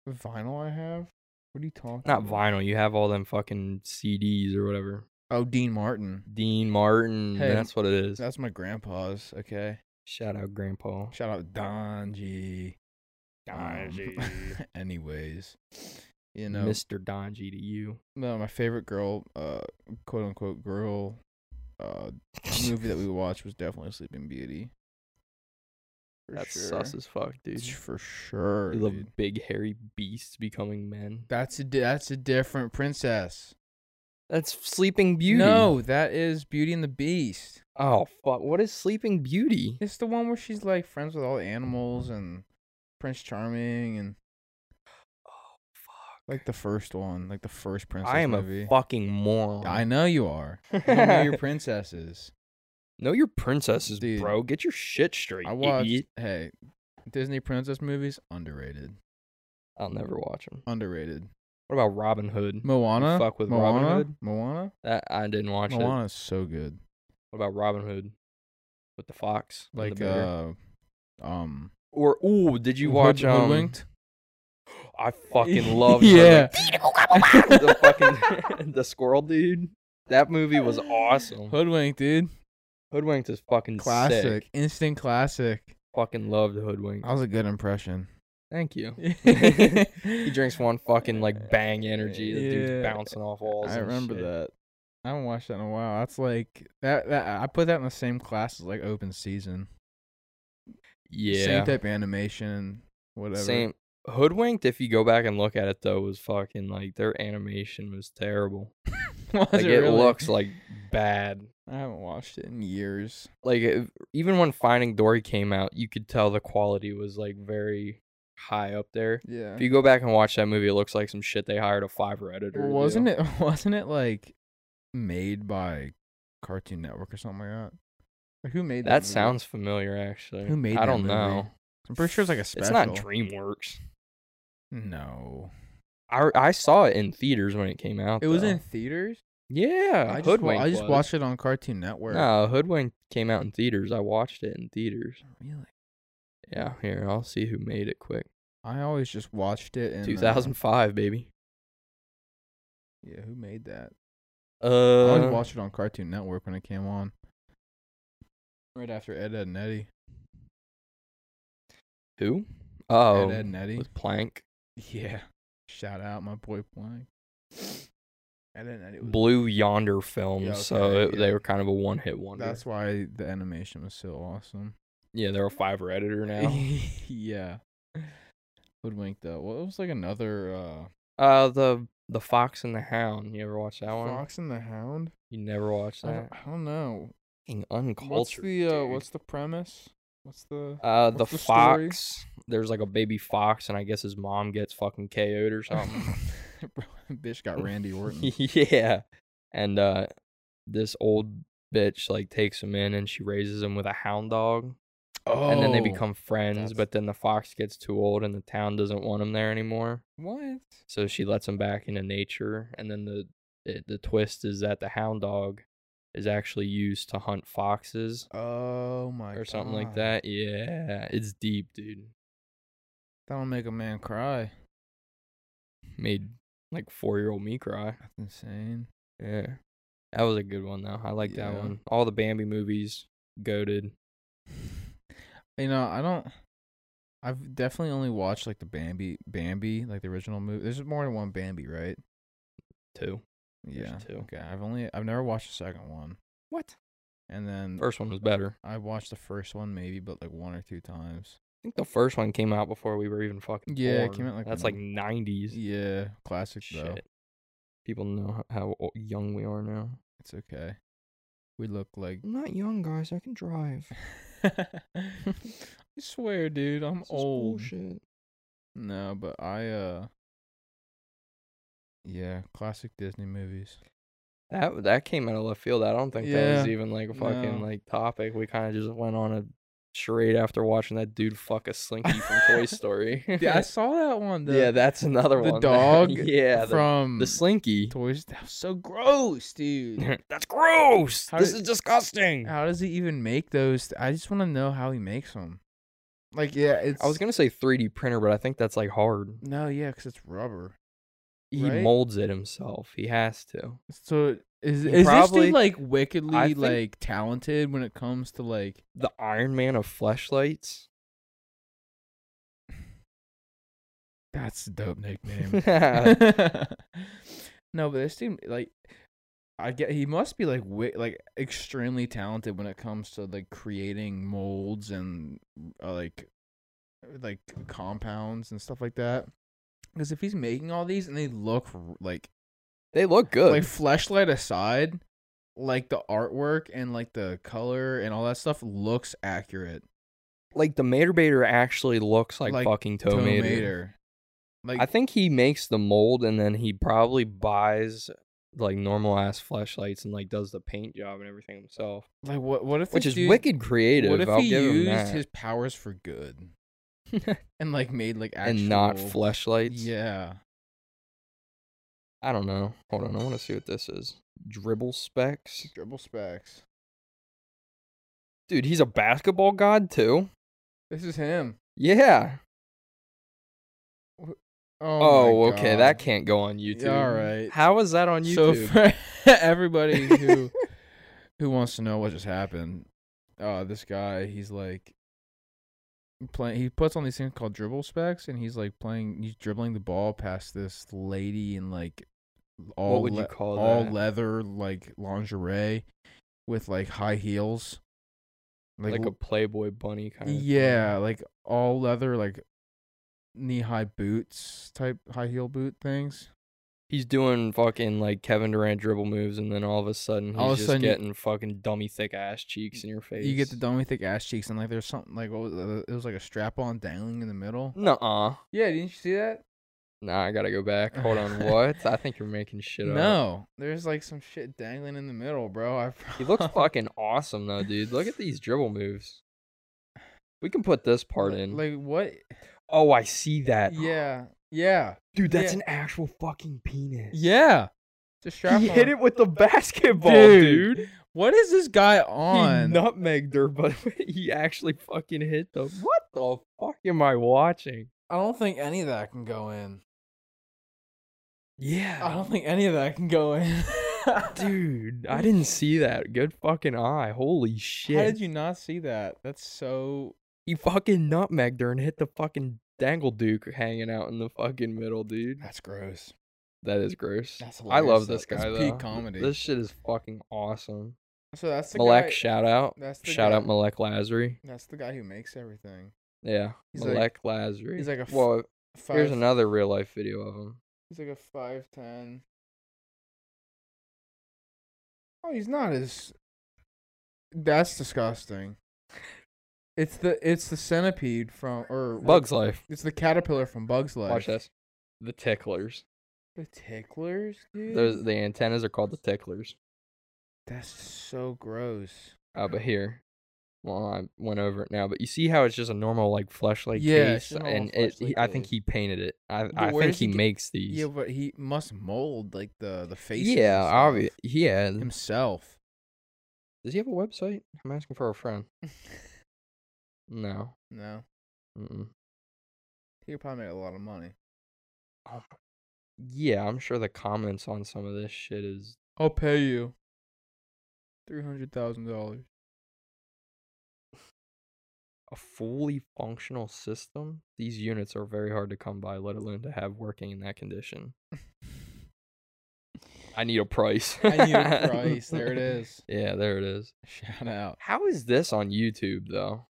S2: Vinyl I have? What are you talking
S1: Not
S2: about?
S1: vinyl. You have all them fucking CDs or whatever.
S2: Oh, Dean Martin.
S1: Dean Martin.
S2: Hey,
S1: that's what it is.
S2: That's my grandpa's. Okay.
S1: Shout out, Grandpa.
S2: Shout out Don G. Um,
S3: *laughs*
S2: *laughs* anyways, you know,
S1: Mr. Donji to you.
S2: no, my favorite girl, uh, quote unquote girl, uh, movie
S1: *laughs*
S2: that we watched was definitely Sleeping Beauty. For
S1: That's sus as fuck, dude.
S2: It's for sure.
S1: We love
S2: dude.
S1: big hairy beasts becoming men.
S2: That's a di- that's a different princess.
S1: That's Sleeping Beauty.
S2: No, that is Beauty and the Beast.
S1: Oh fuck! What is Sleeping Beauty?
S2: It's the one where she's like friends with all the animals and Prince Charming and
S1: Oh fuck!
S2: like the first one, like the first princess
S1: I am
S2: movie.
S1: a fucking moron.
S2: I know you
S1: *laughs*
S2: are. You don't know your princesses.
S1: Know your princesses,
S2: Dude.
S1: bro. Get your shit straight.
S2: I watched.
S1: idiot.
S2: Hey, Disney princess movies underrated.
S1: I'll never watch them.
S2: Underrated.
S1: What about Robin Hood?
S2: Moana.
S1: fuck with
S2: Moana,
S1: Robin Hood?
S2: Moana.
S1: That I didn't watch it.
S2: Moana's so good.
S1: What about Robin Hood with the fox? and the
S2: Like
S1: bear?
S2: uh, um.
S1: or ooh, did you
S2: Hood-
S1: watch um?
S2: Hoodwinked?
S1: I
S2: *laughs*
S1: fucking loved.
S2: Yeah.
S1: the, the fucking *laughs* the squirrel dude. That movie was awesome.
S2: *laughs* Hoodwink, dude.
S1: Hoodwinked is fucking
S2: Classic.
S1: Sick.
S2: Instant classic.
S1: Fucking loved Hoodwinked.
S2: That was a good impression. *laughs*
S1: Thank you.
S2: he
S1: *laughs* He drinks one fucking like bang energy. The
S2: Yeah.
S1: dude's bouncing off walls.
S2: I
S1: and
S2: remember
S1: shit.
S2: that. I haven't watched that in a while. That's like that. That I put that in the same class as like Open Season.
S1: Yeah.
S2: Same type animation. Whatever. *laughs*
S1: Same. Hoodwinked, if you go back and look at it though, was fucking like their animation was terrible.
S2: Was
S1: Like it,
S2: really?
S1: looks like bad.
S2: I haven't watched it in years.
S1: Like if- even when Finding Dory came out, you could tell the quality was like very high up there.
S2: Yeah.
S1: If you go back and watch that movie, it looks like some shit they hired a fiver editor.
S2: wasn't it *laughs* wasn't it like made by Cartoon Network or something like that? Like who made that?
S1: That
S2: movie?
S1: sounds familiar, actually.
S2: Who made
S1: I
S2: that
S1: don't
S2: movie?
S1: know.
S2: I'm pretty sure it's like a special.
S1: It's not DreamWorks.
S2: No.
S1: I I saw it in theaters when it came out.
S2: It was
S1: though.
S2: in theaters.
S1: Yeah,
S2: I just, wa-
S1: Uh, Hoodwink.
S2: I just
S1: was.
S2: watched it on Cartoon Network.
S1: No, Hoodwink came out in theaters. I watched it in theaters.
S2: Really?
S1: Yeah, here I'll see who made it quick.
S2: I always just watched it in uh,
S1: 2005, baby.
S2: yeah, who made that? I
S1: Uh,
S2: always watched it on Cartoon Network when it came on. Right after Ed, Ed and Eddie.
S1: who? Oh,
S2: Ed, Ed and Eddie.
S1: with Plank,
S2: *laughs* Yeah. Shout out my boy Plank. Ed, Ed and Eddie was
S1: Blue Yonder Films.
S2: Yeah,
S1: so
S2: okay,
S1: it, they
S2: yeah.
S1: were kind of a one-hit wonder.
S2: That's why the animation was so awesome.
S1: yeah, they're a fiver editor
S2: *laughs*
S1: now.
S2: yeah. Hoodwink though. Well, it was like another uh
S1: uh, the the Fox and the Hound. You ever watch that one?
S2: Fox and the Hound.
S1: You never watched
S2: I don't,
S1: that?
S2: I don't know.
S1: Fucking uncultured.
S2: what's the uh,
S1: dude.
S2: what's the premise? What's the
S1: Uh, the,
S2: What's the story?
S1: fox. There's like a baby fox, and I guess his mom gets fucking KO'd or something.
S2: *laughs* Bro, *laughs* bitch got
S1: *laughs*
S2: Randy Orton.
S1: yeah, and uh, this old bitch like takes him in, and she raises him with a hound dog,
S2: oh,
S1: and then they become friends.
S2: that's-
S1: But then the fox gets too old, and the town doesn't want him there anymore,
S2: what?
S1: so she lets him back into nature. And then the it, the twist is that the hound dog is actually used to hunt foxes
S2: Oh my
S1: or something like
S2: God.
S1: that. Yeah, it's deep, dude.
S2: That'll make a man cry.
S1: made like four year old me cry.
S2: That's insane. *sighs*
S1: Yeah. That was a good one though. I like that
S2: Yeah.
S1: one. All the Bambi movies, goaded.
S2: You know, I don't. I've definitely only watched like the Bambi, Bambi, like the original movie. There's more than one Bambi, right?
S1: Two. There's
S2: Yeah.
S1: two.
S2: Okay. I've only I've never watched the second one,
S1: What?
S2: and then
S1: First one was better.
S2: I watched the first one maybe, but like one or two times.
S1: I think the first one came out before we were even fucking.
S2: Yeah, it
S1: born.
S2: came out, like,
S1: that's
S2: when-
S1: like nineties.
S2: Yeah, classic though.
S1: Shit. People know h- how o- young we are now.
S2: It's okay. We look like.
S1: I'm not young, guys. I can drive.
S2: *laughs* I swear, dude, I'm
S1: This is
S2: old.
S1: bullshit.
S2: No, but I uh. Yeah, classic
S1: *laughs*
S2: Disney movies.
S1: That that came out of left field. I don't think that was
S2: Yeah.
S1: even like a fucking
S2: No.
S1: like topic. We kind of just went on a charade after watching that dude fuck a slinky from
S2: *laughs*
S1: Toy Story.
S2: Yeah, I saw that one.
S1: *laughs*
S2: The,
S1: yeah, that's another
S2: the
S1: one. *laughs*
S2: dog
S1: yeah, the,
S2: from
S1: the slinky.
S2: Toys. That was so gross,
S1: *laughs*
S2: dude.
S1: that's gross.
S2: How
S1: this
S2: did-
S1: is disgusting.
S2: how does he even make those? I just want to know how he makes them. Like, yeah, it's.
S1: I was gonna say 3D printer, but I think that's like hard.
S2: No, yeah, because it's rubber.
S1: He
S2: Right?
S1: molds it himself. He has to.
S2: So Is
S1: You
S2: is this
S1: probably-
S2: dude like
S1: I
S2: wickedly
S1: think-
S2: like talented when it comes to like?
S1: The Iron Man of fleshlights.
S2: That's a dope nickname.
S1: *laughs* yeah,
S2: *laughs* no, but this dude like, I get he must be like wi- like extremely talented when it comes to like creating molds and uh, like like compounds and stuff like that. Because if he's making all these and they look r- like
S1: they look good.
S2: like flashlight aside, like the artwork and like the color and all that stuff looks accurate.
S1: like the Mater Bader actually looks like,
S2: Like
S1: fucking
S2: to
S1: Tomater.
S2: Mater. Like
S1: I think he makes the mold and then he probably buys like normal ass flashlights and like does the paint job and everything himself,
S2: like what what if
S1: which
S2: this
S1: is
S2: dude-
S1: wicked creative.
S2: What if
S1: I'll
S2: he
S1: give him
S2: used
S1: that.
S2: his powers for
S1: *laughs*
S2: good and like made like actual
S1: and not fleshlights?
S2: Yeah.
S1: I don't know. Hold on, I want to see what this is. Dribble specs,
S2: Dribble specs.
S1: dude. He's a basketball god too.
S2: This is him.
S1: Yeah.
S2: Oh,
S1: Oh,
S2: my
S1: okay.
S2: God.
S1: That can't go on YouTube.
S2: all right.
S1: How is that on
S2: So
S1: YouTube?
S2: for *laughs* everybody who
S1: *laughs*
S2: who wants to know what just happened, uh, this guy he's like playing. He puts on these things called dribble specs, and he's like playing. He's dribbling the ball past this lady in like all
S1: would you
S2: le-
S1: call
S2: all
S1: that?
S2: leather like lingerie with like high heels,
S1: like, a
S2: l-
S1: Playboy bunny kind of.
S2: yeah, like all leather like knee high boots type high heel boot things.
S1: He's doing fucking like Kevin Durant dribble moves, and then all of a sudden he's
S2: All of a
S1: just
S2: sudden you-
S1: getting fucking dummy thick ass cheeks in your face.
S2: You get the dummy thick ass cheeks, and like there's something like what was it? it was like a strap on dangling in the middle.
S1: Nuh-uh.
S2: Yeah, didn't you see that?
S1: Nah, I gotta go back. Hold
S2: *laughs*
S1: on, what? I think you're making shit up.
S2: No, there's like some shit dangling in the middle, bro. I *laughs*
S1: He looks
S2: promise.
S1: fucking awesome though, dude. Look at these dribble moves. We can put this part in.
S2: Like what?
S1: oh, I see that.
S2: Yeah, yeah,
S1: Dude, that's
S2: yeah.
S1: an actual fucking penis.
S2: yeah. It's a
S1: *laughs*
S2: strap
S1: He
S2: on.
S1: hit it with the basketball,
S2: Dude,
S1: dude.
S2: What is this guy
S1: He
S2: on?
S1: nutmegged her, *laughs* but he actually fucking hit the. What the fuck am I watching?
S2: I don't think any of that can go in.
S1: Yeah.
S2: I don't think any of that can go in. *laughs*
S1: Dude, I didn't see that. Good fucking eye. Holy shit.
S2: How did you not see that? That's so.
S1: He fucking nutmegged her and hit the fucking dangle duke hanging out in the fucking middle, dude.
S2: That's gross.
S1: That is gross.
S2: That's
S1: I love
S2: hilarious,
S1: this
S2: though.
S1: guy
S2: That's
S1: though.
S2: peak comedy.
S1: This shit is fucking awesome.
S2: So that's the
S1: Malek,
S2: guy.
S1: shout out.
S2: that's the
S1: Shout out
S2: guy-
S1: Malek Lazary.
S2: That's the guy who makes everything.
S1: Yeah,
S2: He's like-
S1: Malek Lazary.
S2: he's like a f-
S1: Well,
S2: Five,
S1: here's another real life video of him.
S2: He's like a five ten. Oh, he's not as. That's disgusting. It's the it's the centipede from or what-
S1: Bugs Life.
S2: It's the caterpillar from Bugs Life.
S1: Watch this. The ticklers.
S2: The ticklers, dude.
S1: Those the antennas are called the ticklers.
S2: That's so gross.
S1: Uh, but here, well, I went over it now. But you see how it's just a normal like flashlight
S2: Yeah, it's
S1: case,
S2: a normal
S1: and it,
S2: fleshlight
S1: he, I think
S2: case.
S1: he painted it. I,
S2: But
S1: I
S2: where
S1: think
S2: does he
S1: he,
S2: get-
S1: makes these.
S2: Yeah, but he must mold like the the face.
S1: yeah, obvi- Yeah.
S2: mm. Himself.
S1: Does he have a website? I'm asking for a
S2: *laughs*
S1: friend. No.
S2: No,
S1: Mm-mm.
S2: he could probably make a lot of money.
S1: Oh, Yeah, I'm sure the comments on some of this shit is
S2: I'll pay you three hundred thousand dollars.
S1: a fully functional system. These units are very hard to come by, let alone to have working in that condition. I need a price.
S2: I need
S1: *laughs*
S2: a price. There it is.
S1: Yeah, there it is.
S2: *laughs* Shout out.
S1: How is this on YouTube though?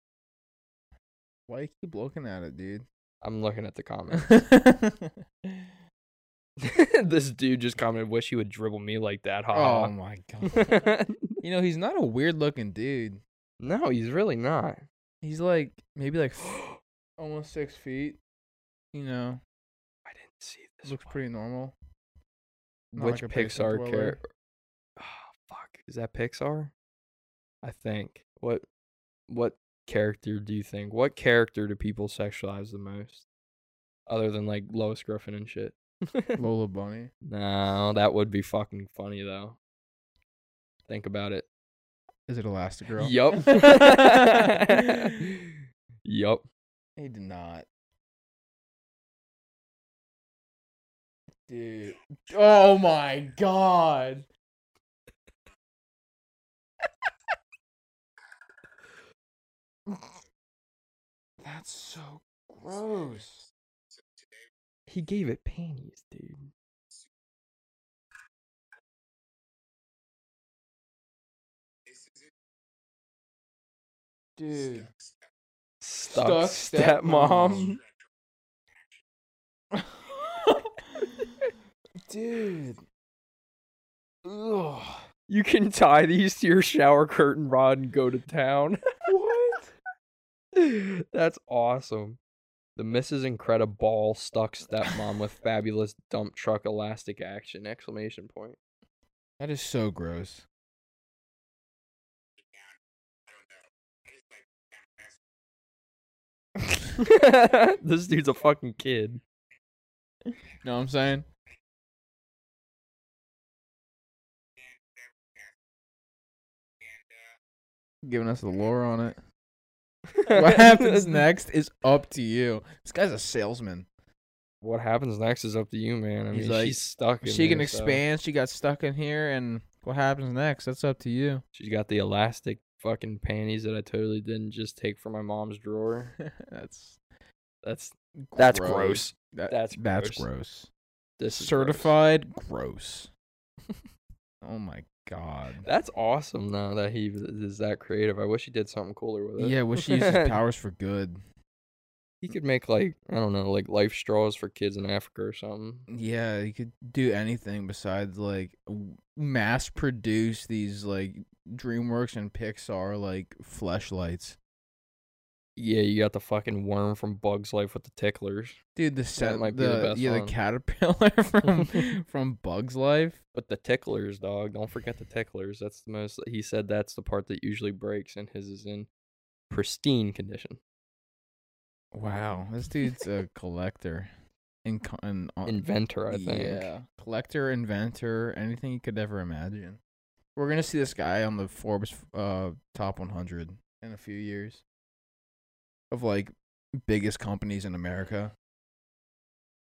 S2: Why you keep looking at it, *laughs* dude?
S1: I'm looking at the
S2: *laughs*
S1: comments. *laughs* this dude just commented, "Wish you would dribble me like that."
S2: oh
S1: Ha.
S2: *laughs* my god.
S1: ha."
S2: You know, he's not a weird looking dude.
S1: *laughs* no, he's really not.
S2: He's like maybe like *gasps* almost six feet. You know,
S1: I didn't see this.
S2: looks
S1: one.
S2: pretty normal. not
S1: Which
S2: like a basement
S1: Pixar
S2: dweller.
S1: character? *sighs* Oh, fuck, is that Pixar? I think. What? What character do you think? What character do people sexualize the most, other than like Lois Griffin and
S2: *laughs*
S1: shit?
S2: Lola Bunny.
S1: no, that would be fucking funny though. Think about it.
S2: Is it
S1: *laughs*
S2: Elastigirl?
S1: Yup. yup.
S2: *laughs* he did not. Dude. Oh my god. That's so gross.
S1: He gave it panties, dude.
S2: Dude.
S1: Stuck,
S2: Stuck
S1: stepmom.
S2: *laughs* Dude. Ugh.
S1: You can tie these to your shower curtain rod and go to town. *laughs*
S2: What?
S1: That's awesome. The Mrs. Incredible stuck stepmom
S2: *laughs*
S1: with fabulous dump truck elastic action! Exclamation point. *laughs*
S2: *laughs* That is so gross.
S1: this dude's a fucking kid.
S2: know what I'm saying? Giving us the lore on it.
S1: *laughs*
S2: What happens next is up to you. This guy's a salesman.
S1: What happens next is up to you, man. I
S2: He's
S1: mean,
S2: like,
S1: she's stuck. In
S2: She can
S1: there, so
S2: expand. She got stuck in here, and what happens next? That's up to you.
S1: She's got the elastic fucking panties that I totally didn't just take from my mom's drawer.
S2: *laughs* that's
S1: That's that's gross.
S2: That-
S1: That's
S2: that's
S1: gross.
S2: gross.
S1: This is gross.
S2: Certified gross. *laughs* oh my god.
S1: That's awesome, though, that he is that creative. I wish he did something cooler with it.
S2: yeah,
S1: *laughs*
S2: wish he used his powers for good.
S1: he could make, like, I don't know, like life straws for kids in Africa or something.
S2: Yeah, you could do anything besides like w- mass produce these like DreamWorks and Pixar like fleshlights.
S1: Yeah, you got the fucking worm from Bug's Life with the ticklers,
S2: Dude, the set
S1: might be
S2: the,
S1: the best
S2: yeah
S1: one.
S2: the caterpillar *laughs*
S1: *laughs*
S2: from from Bugs Life.
S1: but the ticklers, dog. Don't forget the ticklers. That's the most. He said that's the part that usually breaks, and his is in pristine condition.
S2: Wow, this dude's a collector. In, co- in, on-
S1: Inventor, I think.
S2: Yeah, collector, inventor, anything you could ever imagine. We're gonna see this guy on the Forbes uh top 100 in a few years of like biggest companies in America.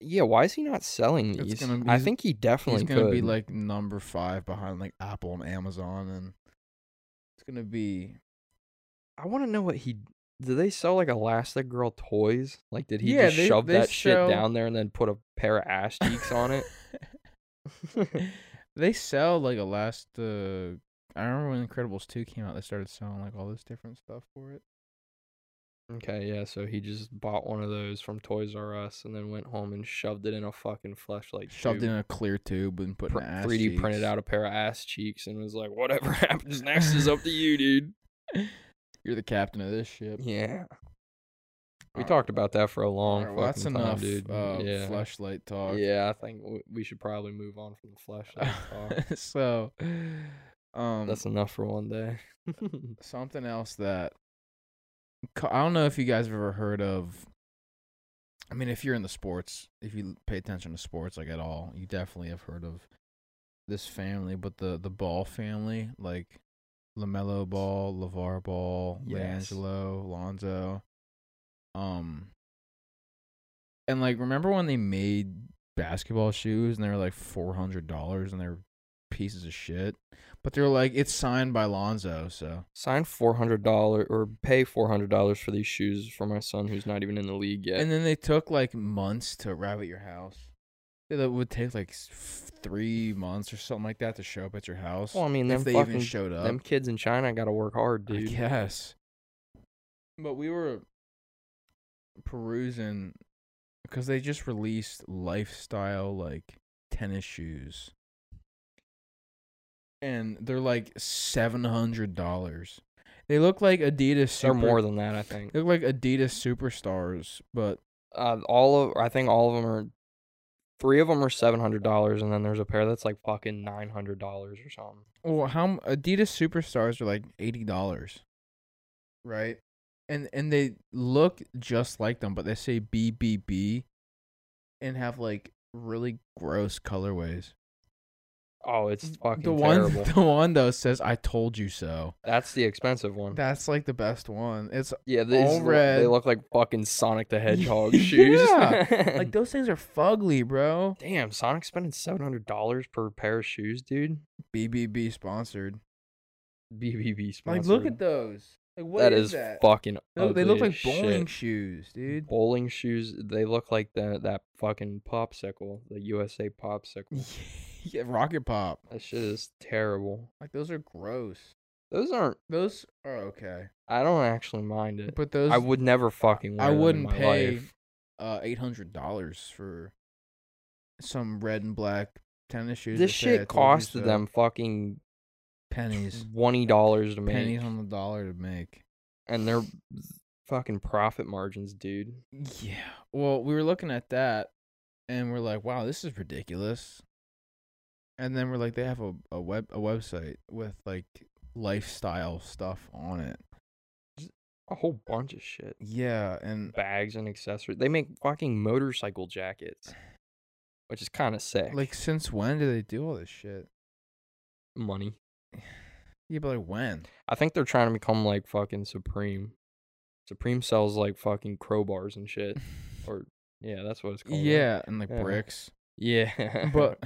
S1: Yeah, why is he not selling
S2: It's
S1: these?
S2: gonna-
S1: I
S2: he's-
S1: think he definitely
S2: He's gonna
S1: could.
S2: be like number five behind like Apple and Amazon, and it's gonna be
S1: I want to know what he. Do they sell like Elastic Girl toys? Like, did he
S2: Yeah,
S1: just
S2: they-
S1: shove
S2: they
S1: that
S2: sell-
S1: shit down there and then put a pair of ass cheeks on
S2: *laughs*
S1: it?
S2: they sell like a last. Uh, I remember when Incredibles two came out, they started selling like all this different stuff for it.
S1: okay, yeah. So he just bought one of those from Toys R Us and then went home and shoved it in a fucking flashlight.
S2: Shoved in a clear tube and put in ass
S1: three D printed
S2: cheeks.
S1: out a pair of ass cheeks and was like, "Whatever *laughs* happens next is up to you,
S2: *laughs*
S1: dude."
S2: You're the captain of this ship.
S1: Yeah. We
S2: Alright.
S1: talked about that for a long
S2: Alright, well, that's
S1: fucking
S2: enough.
S1: time, dude.
S2: Uh,
S1: yeah.
S2: Flashlight talk.
S1: Yeah, I think w- we should probably move on from the *laughs* flashlight talk.
S2: *laughs* so, um,
S1: That's enough for one day. *laughs*
S2: something else that co- I don't know if you guys have ever heard of. I mean, if you're in the sports, if you pay attention to sports like at all, you definitely have heard of this family. But the the Ball family, like Lamelo Ball, Levar Ball,
S1: Yes.
S2: Langelo, Lonzo, um, and like remember when they made basketball shoes and they were like four hundred dollars and they were pieces of shit, but they're like it's signed by Lonzo, so.
S1: Sign four hundred dollar or pay four hundred dollars for these shoes for my son who's not even in the league yet.
S2: And then they took like months to arrive at your house. Yeah, That would take like s- f- three months or something like that to show up at your house.
S1: well, I mean, them
S2: if they
S1: fucking
S2: even showed up,
S1: them kids in China got to work hard,
S2: I
S1: dude.
S2: guess. But we were perusing because they just released lifestyle like tennis shoes, and they're like seven hundred dollars. They look like Adidas.
S1: They're
S2: Super,
S1: more than that, I think.
S2: They look like Adidas superstars, but
S1: Uh, all of I think all of them are. Three of them are seven hundred dollars, and then there's a pair that's like fucking nine hundred dollars or something.
S2: Well, how m- Adidas superstars are like eighty dollars, right? And and they look just like them, but they say BBB, and have like really gross colorways.
S1: Oh, it's fucking
S2: the one,
S1: *laughs* terrible.
S2: *laughs* the one though says "I told you so."
S1: That's the expensive one.
S2: That's like the best one.
S1: *clears throat*
S2: It's
S1: yeah, these
S2: all
S1: look-
S2: red.
S1: they look like fucking Sonic *laughs* the Hedgehog shoes. *laughs*
S2: Yeah, like those things are fugly, bro.
S1: damn, Sonic's spending seven hundred dollars per pair of shoes, dude.
S2: BBB sponsored.
S1: BBB sponsored.
S2: Like, look at those. Like what
S1: that
S2: is
S1: is
S2: that?
S1: fucking
S2: They look-
S1: ugly
S2: they
S1: as
S2: look like bowling
S1: shit.
S2: shoes, dude.
S1: Bowling shoes, they look like that that fucking popsicle, the USA popsicle.
S2: *laughs* yeah, rocket pop.
S1: That shit is terrible.
S2: Like those are gross.
S1: Those aren't.
S2: Those are okay,
S1: I don't actually mind it.
S2: but those
S1: I would never fucking. Wear
S2: I
S1: them in
S2: wouldn't
S1: my
S2: pay
S1: life.
S2: uh eight hundred dollars for some red and black tennis shoes.
S1: This
S2: that say, "I
S1: shit
S2: told you
S1: costed
S2: so."
S1: them fucking
S2: pennies,
S1: twenty dollars to make,
S2: pennies on the dollar to make.
S1: and their fucking profit margins, dude.
S2: Yeah. Well, we were looking at that, and we're like, "Wow, this is ridiculous." And then we're like, "They have a a web a website with like lifestyle stuff on it."
S1: A whole bunch of shit.
S2: Yeah, and
S1: bags and accessories. They make fucking motorcycle jackets, which is kind of sick.
S2: like, since when do they do all this shit?
S1: money.
S2: Yeah, but like
S1: *laughs*
S2: when?
S1: I think they're trying to become like fucking Supreme. Supreme sells like fucking crowbars and
S2: *laughs*
S1: shit, or yeah, that's what it's called. right?
S2: Yeah, and like
S1: Yeah.
S2: bricks.
S1: yeah.
S2: but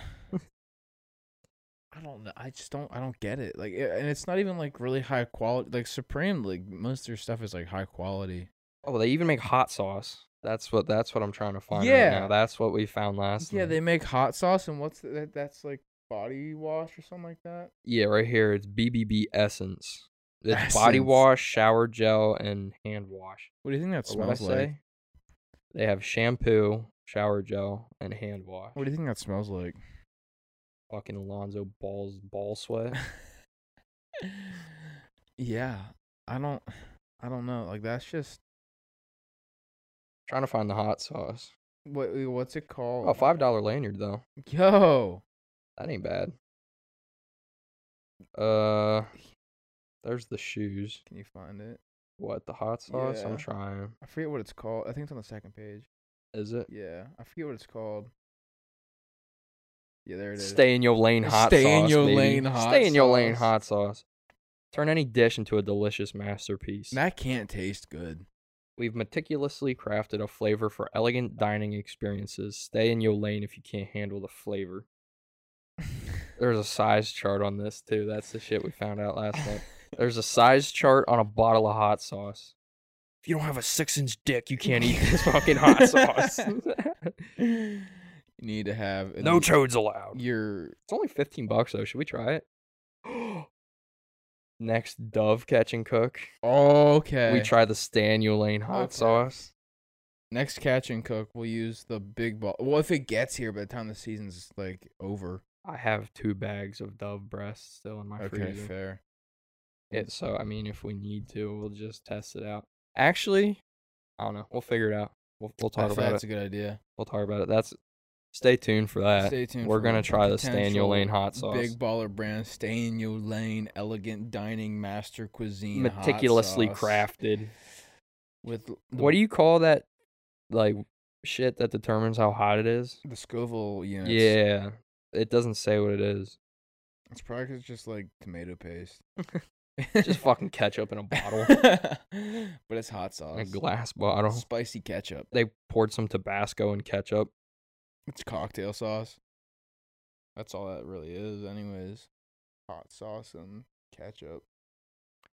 S2: I don't know. I just don't. I don't get it. Like, it, and it's not even like really high quality. Like Supreme, like most of their stuff is like high quality.
S1: *laughs* oh, they even make hot sauce. That's what that's what I'm trying to find right
S2: Yeah.
S1: now. That's what we found last.
S2: Yeah,
S1: night.
S2: they make hot sauce, and what's that? That's like body wash or something like that.
S1: yeah, right here it's BBB Essence. It's body
S2: Essence.
S1: wash, shower gel, and hand wash.
S2: What do you think that
S1: Or what
S2: smells
S1: I
S2: like?
S1: say? They have shampoo, shower gel, and hand wash.
S2: What do you think that
S1: *laughs*
S2: smells like?
S1: fucking Alonzo Ball's ball
S2: *laughs*
S1: sweat.
S2: yeah, I don't. I don't know. Like that's just
S1: Trying to find the hot sauce.
S2: what. What's it called?
S1: Oh, five dollar lanyard though.
S2: Yo,
S1: That ain't bad. Uh, there's the shoes.
S2: can you find it?
S1: What the hot sauce?
S2: Yeah.
S1: I'm trying.
S2: I forget what it's called. I think it's on the second page.
S1: Is it?
S2: Yeah, I forget what it's called. Yeah, there it is.
S1: Stay in your lane hot
S2: Stay in
S1: sauce.
S2: your
S1: baby.
S2: lane hot
S1: Stay in your lane
S2: sauce.
S1: hot sauce. Turn any dish into a delicious masterpiece.
S2: That can't taste good. *laughs*
S1: We've meticulously crafted a flavor for elegant dining experiences. Stay in your lane if you can't handle the flavor. There's a size chart on this too. That's the shit we found out last night. There's a size chart on a bottle of hot sauce. If you don't have a six inch dick, you can't eat *laughs* this fucking hot *laughs* sauce.
S2: you need to have
S1: no toads allowed.
S2: Your
S1: It's only 15 bucks though. Should we try it? *gasps* Next, Dove Catch and Cook.
S2: okay.
S1: We try the Stanulane hot
S2: Okay.
S1: sauce.
S2: next catch and cook. We'll use the big ball. Well, if it gets here by the time the season's like over.
S1: I have two bags of Dove breasts still in my
S2: Okay,
S1: freezer.
S2: fair.
S1: It, so I mean, if we need to, we'll just test it out. Actually, I don't know. We'll figure it out. We'll, we'll
S2: I
S1: talk
S2: think
S1: about it.
S2: that's a good idea.
S1: We'll talk about it. That's stay tuned for that.
S2: Stay tuned.
S1: We're
S2: for
S1: gonna
S2: a
S1: try the Staniel Lane
S2: potential
S1: hot sauce.
S2: Big baller brand. Stay in your lane. Elegant dining master cuisine. hot
S1: Meticulously
S2: sauce
S1: crafted.
S2: With the,
S1: What do you call that? Like shit that determines how hot it is.
S2: the Scoville units?
S1: Yeah, it doesn't say what it is.
S2: It's probably 'cause it's just like tomato paste. *laughs*
S1: Just fucking ketchup in a bottle,
S2: but it's hot sauce.
S1: in a glass bottle.
S2: Spicy ketchup.
S1: They poured some Tabasco and ketchup.
S2: It's cocktail sauce. That's all that really is, anyways. Hot sauce and ketchup.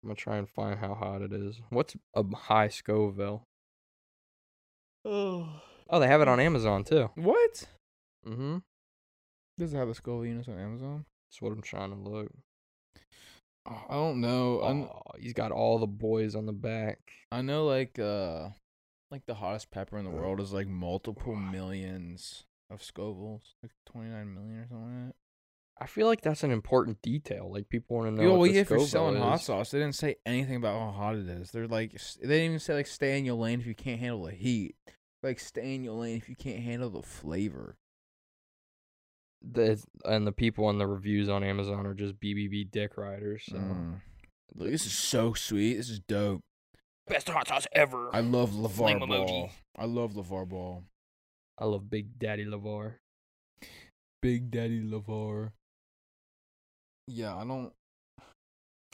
S1: I'm gonna try and find how hot it is. What's a high Scoville?
S2: Oh.
S1: Oh, they have it on Amazon too.
S2: What?
S1: Mm-hmm.
S2: Does it have a Scoville units on Amazon?
S1: That's what I'm trying to look.
S2: Oh, I don't know. I kn-
S1: Oh, he's got all the boys on the back.
S2: I know, like, uh, like the hottest pepper in the world is like multiple millions of Scovilles, like twenty nine million or something like that.
S1: I feel like that's an important detail. Like people want to know.
S2: Yo,
S1: what
S2: well,
S1: the
S2: yeah, if you're
S1: Scoville
S2: selling hot
S1: is.
S2: sauce, they didn't say anything about how hot it is. They're like, s- they didn't even say like stay in your lane if you can't handle the heat. Like stay in your lane if you can't handle the flavor.
S1: The, and the people on the reviews on Amazon are just BBB dick riders. So.
S2: Mm. Like, this is so sweet. This is dope.
S1: Best hot sauce ever.
S2: I
S1: I,
S2: love Levar
S1: Flame emoji.
S2: Ball. I love Levar Ball.
S1: love Big Daddy Lavar.
S2: Big Daddy Levar. Yeah, I don't.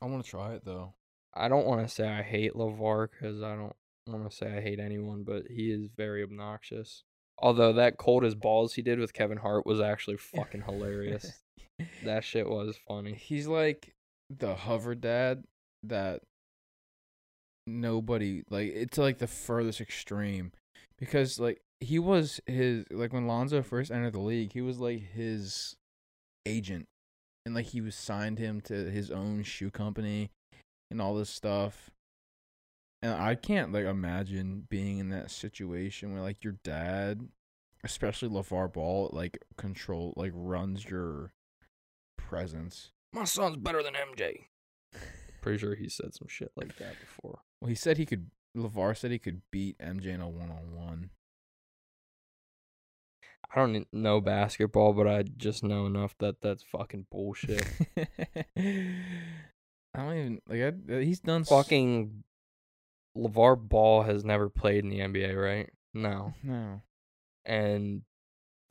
S2: I want to try it though. *laughs*
S1: I don't want to say I hate Lavar because I don't want to say I hate anyone, but he is very obnoxious. Although that cold as balls he did with Kevin Hart was *laughs* actually fucking hilarious. that shit was funny.
S2: He's like the hover dad that nobody like it's like the furthest extreme because like he was his like when Lonzo first entered the league, he was like his agent and like he was signed him to his own shoe company and all this stuff. And I can't like imagine being in that situation where like your dad, especially LeVar Ball, like control like runs your presence.
S1: My son's better than MJ. Pretty sure he said some shit like that before.
S2: Well, he said he could. Levar said he could beat MJ in a one on one.
S1: I don't n- know basketball, but I just know enough that that's fucking bullshit.
S2: *laughs* I don't even like. I, he's done s-
S1: fucking LeVar Ball has never played in the NBA, right? No.
S2: No,
S1: And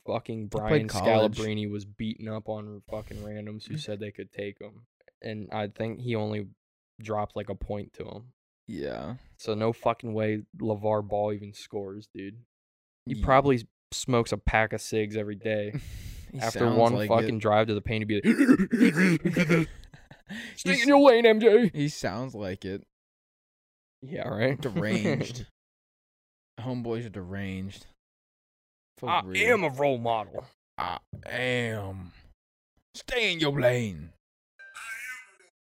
S1: fucking
S2: played
S1: Brian
S2: college. Mm.
S1: Scalabrine was beaten up on fucking randoms who said they could take him. And I think he only dropped like a point to him.
S2: yeah, *laughs*
S1: So no fucking way LeVar Ball even scores, dude. He
S2: Ye-
S1: probably s- smokes a pack of cigs every day.
S2: *laughs* He
S1: After
S2: sounds
S1: one
S2: like
S1: fucking
S2: it.
S1: drive to the paint, he'd be
S2: *laughs*
S1: like, *laughs* "Stay
S2: He's-
S1: in your lane, MJ."
S2: he sounds like it.
S1: Yeah, right. *laughs*
S2: Deranged. Homeboys are deranged. For
S1: I
S2: real.
S1: am a role
S2: *laughs*
S1: model.
S2: I am. Stay in your lane.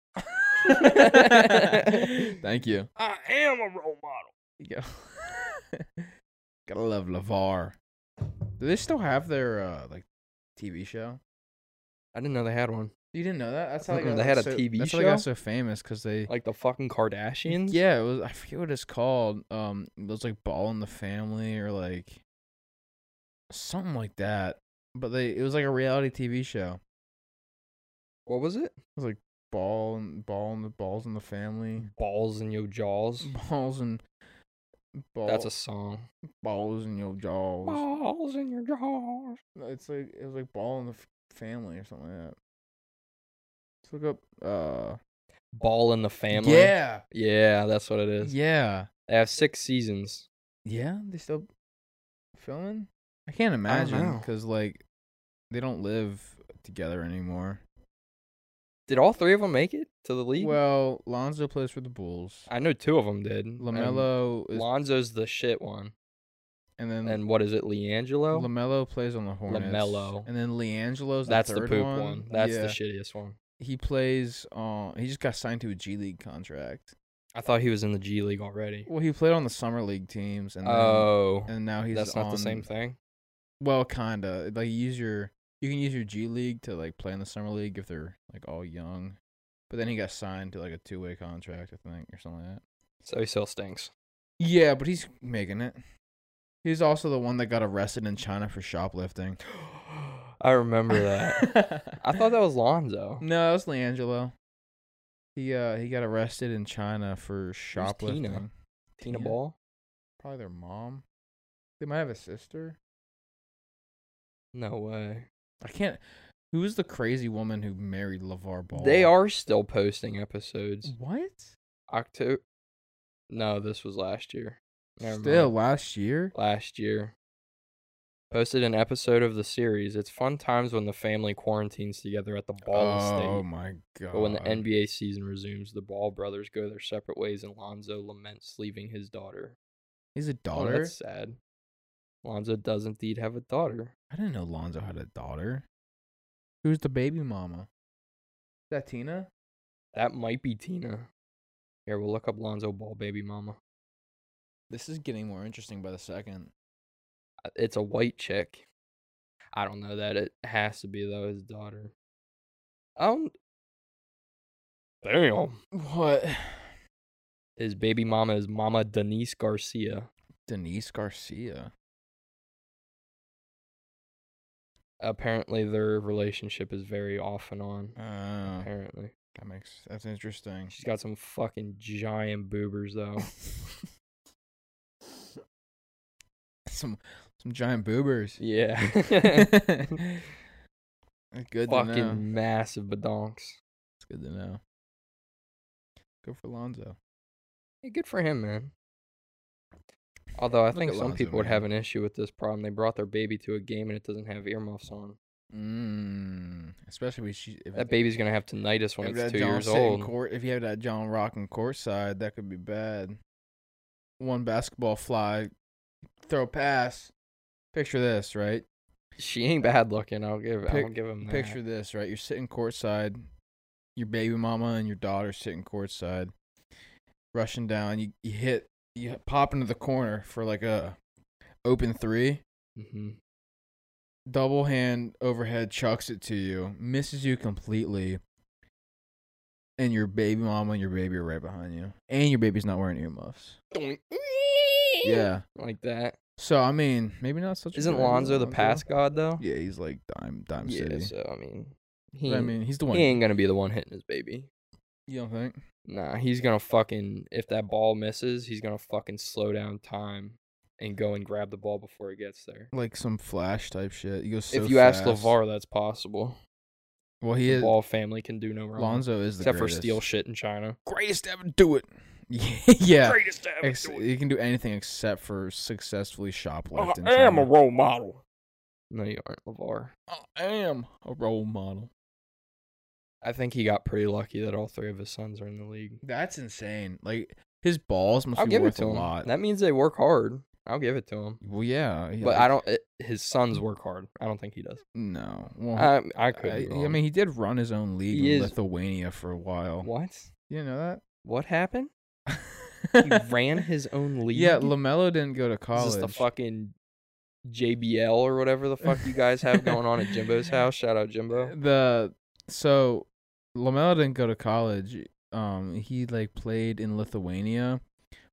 S2: *laughs* Thank you.
S1: I am a role model.
S2: Yo. *laughs* Gotta love LeVar. Do they still have their uh like TV show?
S1: I didn't know they had one.
S2: You didn't know that? That's how they
S1: Mm-mm,
S2: got
S1: they had a
S2: so,
S1: TV
S2: that's How they got
S1: show?
S2: so famous because they
S1: Like the fucking Kardashians.
S2: yeah, it was I forget what it's called. Um, it was like Ball in the Family or like something like that. But they it was like a reality TV show.
S1: What was it?
S2: Ball and Ball and the Balls in the Family.
S1: Balls in your jaws.
S2: *laughs* Balls and ball,
S1: Hmm. That's a song.
S2: balls in your jaws.
S1: Balls in your jaws.
S2: No, It's like it was like Ball in the F- Family or something like that. Let's look up. Uh,
S1: Ball in the family.
S2: Yeah,
S1: Yeah, that's what it is.
S2: yeah,
S1: They have six seasons.
S2: yeah. They still filming. I can't
S1: don't
S2: imagine
S1: know.
S2: because like they don't live together anymore.
S1: Did all three of them make it to the league?
S2: Well, Lonzo plays for the Bulls.
S1: I know two of them did. Um, and
S2: Lamelo is,
S1: Lonzo's the shit one.
S2: and then
S1: And what is it, Leangelo?
S2: Lamelo plays on the Hornets.
S1: LaMelo.
S2: and then Leangelo's the
S1: That's the
S2: third
S1: poop
S2: one.
S1: one. That's
S2: Yeah.
S1: the shittiest one.
S2: He plays. Uh, he just got signed to a G League contract.
S1: I thought he was in the G League already.
S2: Well, he played on the summer league teams, and then,
S1: Oh,
S2: and now he's
S1: that's not the same
S2: on-
S1: thing.
S2: Well, kinda. Like you use your you can use your G League to like play in the summer league if they're like all young. But then he got signed to like a two way contract, I think, or something like that.
S1: So he still stinks. *gasps*
S2: Yeah, but he's making it. He's also the one that got arrested in China for shoplifting.
S1: I remember that. I thought
S2: *laughs*
S1: that was
S2: *gasps*
S1: Lonzo.
S2: No, that's Leangelo. He uh he got arrested in China for shoplifting.
S1: Tina
S2: Tina?
S1: Ball.
S2: Probably their mom. They might have a sister.
S1: No way.
S2: I can't who was the crazy woman who married LeVar Ball? Mm.
S1: They are still posting episodes.
S2: what?
S1: October. No, this was last year. Never
S2: Still
S1: mind.
S2: last year?
S1: last year. Posted an episode of the series. It's fun times when the family quarantines together at the ball
S2: oh
S1: estate.
S2: my god.
S1: But when the NBA season resumes, the Ball brothers go their separate ways, and Lonzo laments leaving his daughter.
S2: He's a
S1: Oh,
S2: daughter?
S1: that's sad. Lonzo does indeed have a daughter.
S2: I didn't know Lonzo had a daughter. Who's the baby mama? Is that Tina?
S1: That might be Tina. Here, we'll look up Lonzo Ball baby mama.
S2: This is getting more interesting by the second.
S1: Uh, It's a white chick. I don't know that. It has to be, though, his daughter. I don't. Damn.
S2: What? *sighs*
S1: His baby mama is Mama Denise Garcia.
S2: Denise Garcia.
S1: Apparently, their relationship is very off and on.
S2: Oh,
S1: Apparently.
S2: that makes that's interesting.
S1: She's got some fucking giant boobers, though.
S2: *laughs* some some giant boobers. *laughs*
S1: yeah.
S2: good to
S1: *laughs*
S2: know.
S1: fucking massive badonks.
S2: It's good to know. Good for Lonzo.
S1: Hey, good for him, man. Although I
S2: Look
S1: think
S2: at
S1: some
S2: Lonzo,
S1: people would
S2: man.
S1: have an issue with this problem. They brought their baby to a game and it doesn't have earmuffs on.
S2: Mm, especially if she if
S1: That baby's gonna have tinnitus when
S2: if
S1: it's
S2: that
S1: two
S2: John
S1: years
S2: sitting
S1: old.
S2: Court, if you have that John rocking court side, that could be bad. One basketball fly, throw pass. Picture this, right?
S1: She ain't bad looking. I'll give. I'll
S2: Pic-
S1: give him that.
S2: Picture this, right? You're sitting courtside, your baby mama and your daughter sitting courtside, rushing down. You you hit you hit- pop into the corner for like a open three,
S1: Mhm.
S2: double hand overhead chucks it to you, misses you completely, and your baby mama and your baby are right behind you, and your baby's not wearing earmuffs.
S1: Doink.
S3: Eh.
S2: Yeah.
S1: like that.
S2: So I mean, maybe not such. a
S1: Isn't
S2: good idea,
S1: Lonzo the pass god though?
S2: Yeah, he's like dime dime
S1: Yeah,
S2: city.
S1: so I mean, he
S2: But I mean, he's the one.
S1: he ain't gonna be the one hitting his baby.
S2: You don't think?
S1: Nah, he's gonna fucking if that ball misses, he's gonna fucking slow down time and go and grab the ball before it gets there.
S2: like some flash type shit. You go so
S1: if you
S2: fast.
S1: ask Levar, that's possible.
S2: well, he
S1: the
S2: is
S1: ball family can do no wrong.
S2: Lonzo is the
S1: except
S2: greatest.
S1: for steal shit in China.
S2: Greatest ever to do it. *laughs* yeah,
S1: Greatest to
S2: Ex- he can do anything except for successfully shoplifting.
S1: Uh, I am a role model. No, you aren't, Levar.
S2: I am a role model.
S1: I think he got pretty lucky that all three of his sons are in the league.
S2: That's insane. Like his balls must
S1: I'll
S2: be
S1: give it
S2: worth
S1: to
S2: a
S1: him.
S2: lot.
S1: That means they work hard. I'll give it to him.
S2: well, yeah, yeah,
S1: But I don't. It, his sons work hard. I don't think he does.
S2: No, well,
S1: I, I could.
S2: I,
S1: be
S2: I
S1: wrong.
S2: mean, he did run his own league
S1: He
S2: in
S1: is-
S2: Lithuania for a while.
S1: what?
S2: You know
S1: What
S2: *laughs*
S1: happened? He
S2: that? *laughs*
S1: ran his own league.
S2: Yeah, Lamelo didn't go to college.
S1: Is this the fucking JBL or whatever the fuck you guys have going on at
S2: *laughs*
S1: Jimbo's house? Shout out Jimbo.
S2: the so Lamelo didn't go to college. Um, he like played in Lithuania,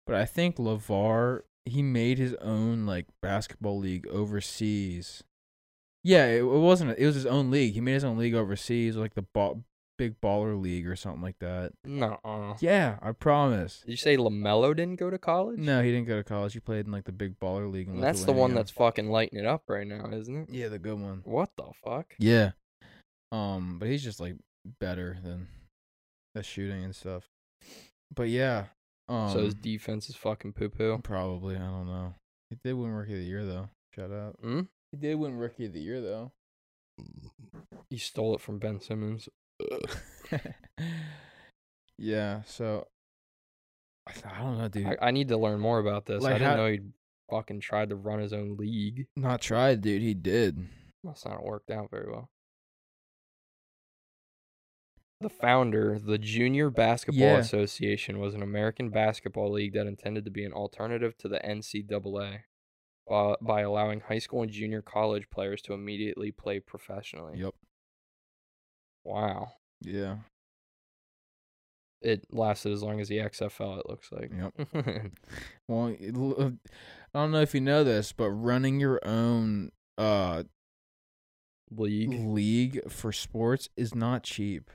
S2: but I think Lavar he made his own like basketball league overseas. Yeah, it, it wasn't. It was his own league. He made his own league overseas, like the ball, big baller league or something like that.
S1: No. uh
S2: Yeah, I promise.
S1: Did you say Lamelo didn't go to college?
S2: No, he didn't go to college. He played in like the big baller league. In
S1: And that's the one
S2: Lithuania.
S1: that's fucking lighting it up right now, isn't it?
S2: yeah, the good one.
S1: What the fuck?
S2: Yeah. Um, but he's just like better than the shooting and stuff. But yeah. Um
S1: so his defense is fucking poo poo.
S2: probably, I don't know. He did win rookie of the year though. Shut up.
S1: Hmm?
S2: He did win rookie of the year though.
S1: He stole it from Ben Simmons.
S2: *laughs* yeah, so I th- I don't know, dude.
S1: I, I need to learn more about this.
S2: Like,
S1: I didn't
S2: how-
S1: know he fucking tried to run his own league.
S2: Not tried, dude. He did.
S1: Must not have worked out very well. The founder, the Junior Basketball
S2: Yeah.
S1: Association, was an American basketball league that intended to be an alternative to the NCAA by, uh, by allowing high school and junior college players to immediately play professionally.
S2: Yep.
S1: Wow.
S2: Yeah.
S1: It lasted as long as the XFL, it looks like. Yep.
S2: Well, it l- uh, I don't know if you know this, but running your own uh
S1: *laughs* league.
S2: league for sports is not cheap.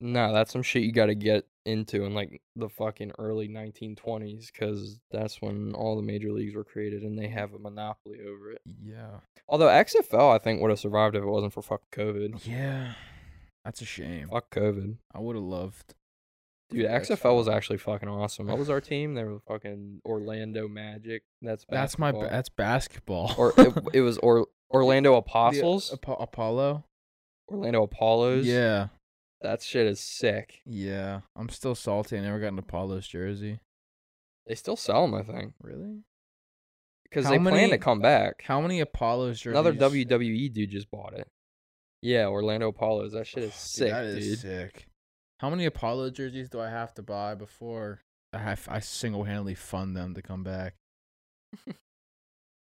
S1: No, that's some shit you got to get into in like the fucking early 1920s because that's when all the major leagues were created and they have a monopoly over it.
S2: Yeah.
S1: Although XFL, I think, would have survived if it wasn't for fucking COVID.
S2: Yeah. That's a shame.
S1: Fuck COVID.
S2: I would have loved.
S1: Dude,
S2: Fuck
S1: XFL was actually fucking awesome. What was our team? They were fucking Orlando Magic. That's
S2: That's my.
S1: basketball.
S2: Ba- that's basketball. *laughs*
S1: Or it, it was or, Orlando
S2: The uh,
S1: Apostles,
S2: Apo- Apollo.
S1: Orlando Apollos.
S2: Yeah.
S1: That shit is sick.
S2: Yeah. I'm still salty. I never got an Apollo's jersey.
S1: They still sell them, I think,
S2: Really?
S1: because
S2: How
S1: they plan to
S2: many-
S1: come back.
S2: How many Apollo's jerseys?
S1: Another WWE dude just bought it. Yeah, Orlando Apollos. That shit
S2: *sighs* Dude,
S1: is sick,
S2: that
S1: dude.
S2: is sick. How many Apollo jerseys do I have to buy before I have, I single handedly fund them to come back?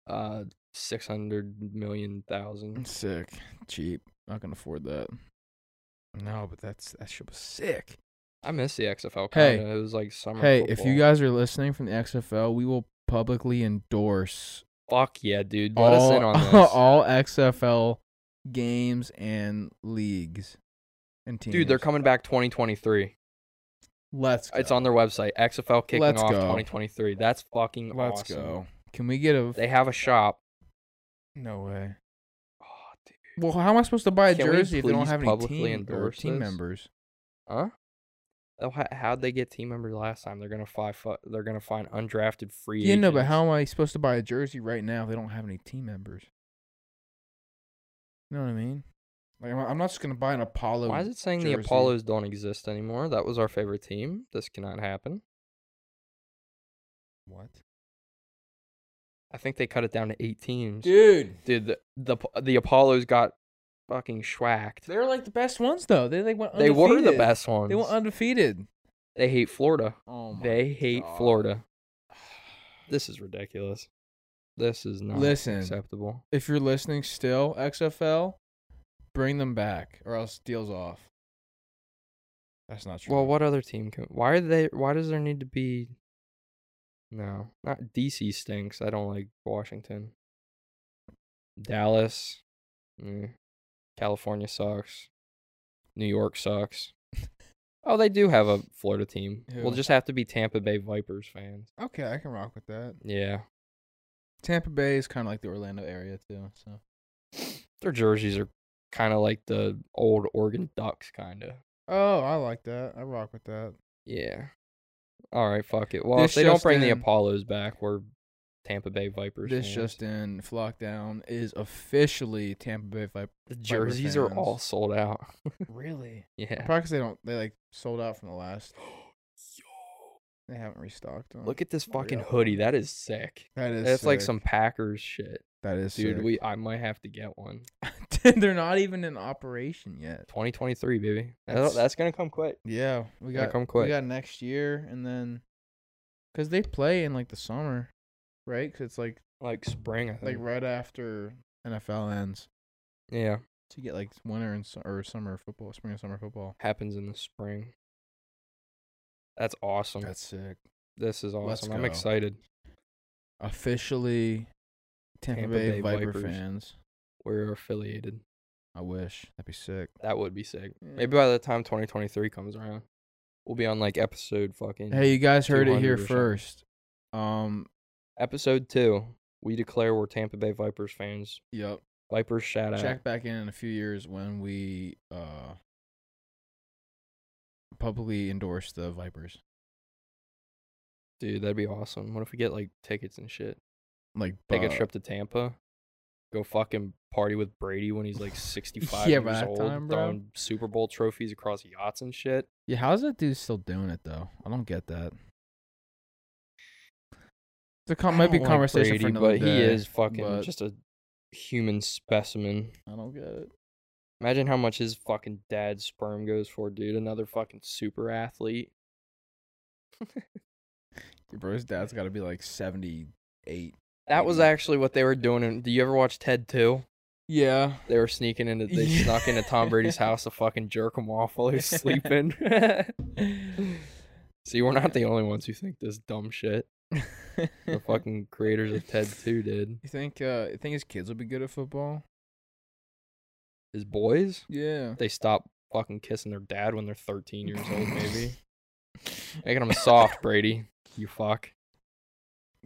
S1: Uh, six hundred million thousand.
S2: Sick. Cheap. Not gonna afford that. No, but that's that shit was sick.
S1: I miss the XFL. Kinda.
S2: Hey.
S1: it was like summer.
S2: Hey, if you
S1: football.
S2: guys are listening from the XFL, we will publicly endorse
S1: fuck yeah, dude, let
S2: all,
S1: us in
S2: *laughs*
S1: on this,
S2: all XFL games and leagues and teams.
S1: dude. They're coming back twenty twenty three.
S2: Let's go.
S1: It's on their website. XFL kicking
S2: Let's
S1: off
S2: go.
S1: twenty twenty three. That's fucking
S2: Let's
S1: awesome.
S2: go. Can we get a?
S1: They have a shop.
S2: no way.
S1: Oh, dude.
S2: Well, how am I supposed to buy a
S1: Can we
S2: jersey if they don't
S1: please
S2: have any
S1: publicly
S2: team or
S1: endorse
S2: team
S1: this?
S2: members?
S1: Huh? Oh, how- How'd they get team members last time? They're gonna find they're gonna find undrafted free.
S2: Yeah, no, but
S1: agents.
S2: how am I supposed to buy a jersey right now if they don't have any team members? You know what I mean? Like I'm, I'm not just gonna buy an Apollo.
S1: Why is it saying the
S2: jersey.
S1: Apollos don't exist anymore? That was our favorite team. This cannot happen.
S2: What?
S1: I think they cut it down to eight teams.
S2: Dude,
S1: Dude, the the, the Apollos got fucking schwacked.
S2: they're like the best ones though. They like went.
S1: They were the
S2: undefeated.
S1: best ones.
S2: They went undefeated.
S1: they hate Florida.
S2: Oh
S1: they hate
S2: God. *sighs*
S1: Florida. This is ridiculous. This is not
S2: Listen.
S1: acceptable.
S2: If you're listening still, XFL, bring them back or else deals off. That's not true.
S1: Well, what other team can? Why are they? Why does there need to be? No, not DC stinks. I don't like Washington. Dallas, mm. California sucks. New York sucks. Oh, they do have a Florida team. We'll
S2: Who?
S1: just have to be Tampa Bay Vipers fans.
S2: Okay, I can rock with that.
S1: Yeah,
S2: Tampa Bay is kind of like the Orlando area too. So
S1: their jerseys are kind of like the old Oregon Ducks, kind of.
S2: Oh, I like that. I rock with that.
S1: Yeah. All right, fuck it. Well,
S2: This
S1: if they don't
S2: just
S1: bring the
S2: in.
S1: Apollos back, we're Tampa Bay Vipers.
S2: This
S1: fans.
S2: just in, Flockdown is officially Tampa Bay Viper.
S1: The jerseys are all
S2: fans.
S1: sold out. *laughs*
S2: Really?
S1: Yeah.
S2: Probably because they don't. They like sold out from
S1: *gasps*
S2: the last. They haven't restocked them.
S1: Look at this fucking
S2: Yeah.
S1: hoodie. That is sick.
S2: that is.
S1: That's like
S2: sick.
S1: some Packers shit.
S2: That is,
S1: Dude,
S2: sick.
S1: we I might have to get one.
S2: Dude, *laughs* they're not even in operation yet.
S1: 2023, baby. That's,
S2: That's-
S1: that's going to come quick.
S2: Yeah, we
S1: Gotta
S2: got
S1: come
S2: we
S1: quick.
S2: got next year, and then because they play in like the summer, right? 'Cause it's like
S1: Like spring, I
S2: like
S1: think.
S2: right after NFL ends.
S1: yeah.
S2: So you get like winter and su- or summer football, spring and summer football.
S1: Happens in the spring. That's awesome.
S2: That's sick.
S1: this is
S2: let's
S1: awesome. I'm
S2: go.
S1: excited.
S2: Officially, Tampa,
S1: Tampa
S2: Bay,
S1: Bay
S2: Viper
S1: Vipers.
S2: fans.
S1: We're affiliated.
S2: I wish that'd be sick.
S1: That would be sick.
S2: Yeah.
S1: Maybe by the time 2023 comes around, we'll be on like episode fucking
S2: Hey, you guys heard it
S1: 200 or
S2: here
S1: something.
S2: first. Um,
S1: episode two. We declare we're Tampa Bay Vipers fans.
S2: yep.
S1: Vipers shout out.
S2: Check back in in a few years when we uh publicly endorse the Vipers,
S1: Dude, that'd be awesome. What if we get like tickets and shit?
S2: like
S1: Take a
S2: uh,
S1: trip to Tampa. Go fucking party with Brady when he's like
S2: *laughs*
S1: 65
S2: Yeah, by
S1: years
S2: that
S1: old,
S2: time, bro.
S1: throwing Super Bowl trophies across yachts and shit.
S2: Yeah, how's that dude still doing it though? I don't get that. It's a con-
S1: I
S2: might be
S1: don't
S2: a
S1: like
S2: conversation for
S1: Brady, but
S2: another
S1: he
S2: day,
S1: is fucking
S2: but
S1: just a human specimen.
S2: I don't get it.
S1: Imagine how much his fucking dad's sperm goes for, dude. Another fucking super athlete.
S2: Your bro's dad's got to be like seventy eight.
S1: That was
S2: Maybe.
S1: actually what they were doing. In, do you ever watch Ted 2?
S2: Yeah,
S1: They were sneaking into, *laughs* they
S2: Yeah.
S1: snuck into Tom Brady's house to fucking jerk him off while he was *laughs* sleeping.
S2: *laughs*
S1: See, we're not the only ones who think this dumb shit. The fucking creators of Ted 2 did.
S2: You think? Uh, you think his kids will be good at football?
S1: His boys,
S2: Yeah.
S1: they stop fucking kissing their dad when they're 13 years old, maybe. *laughs* Making them soft, Brady. You fuck.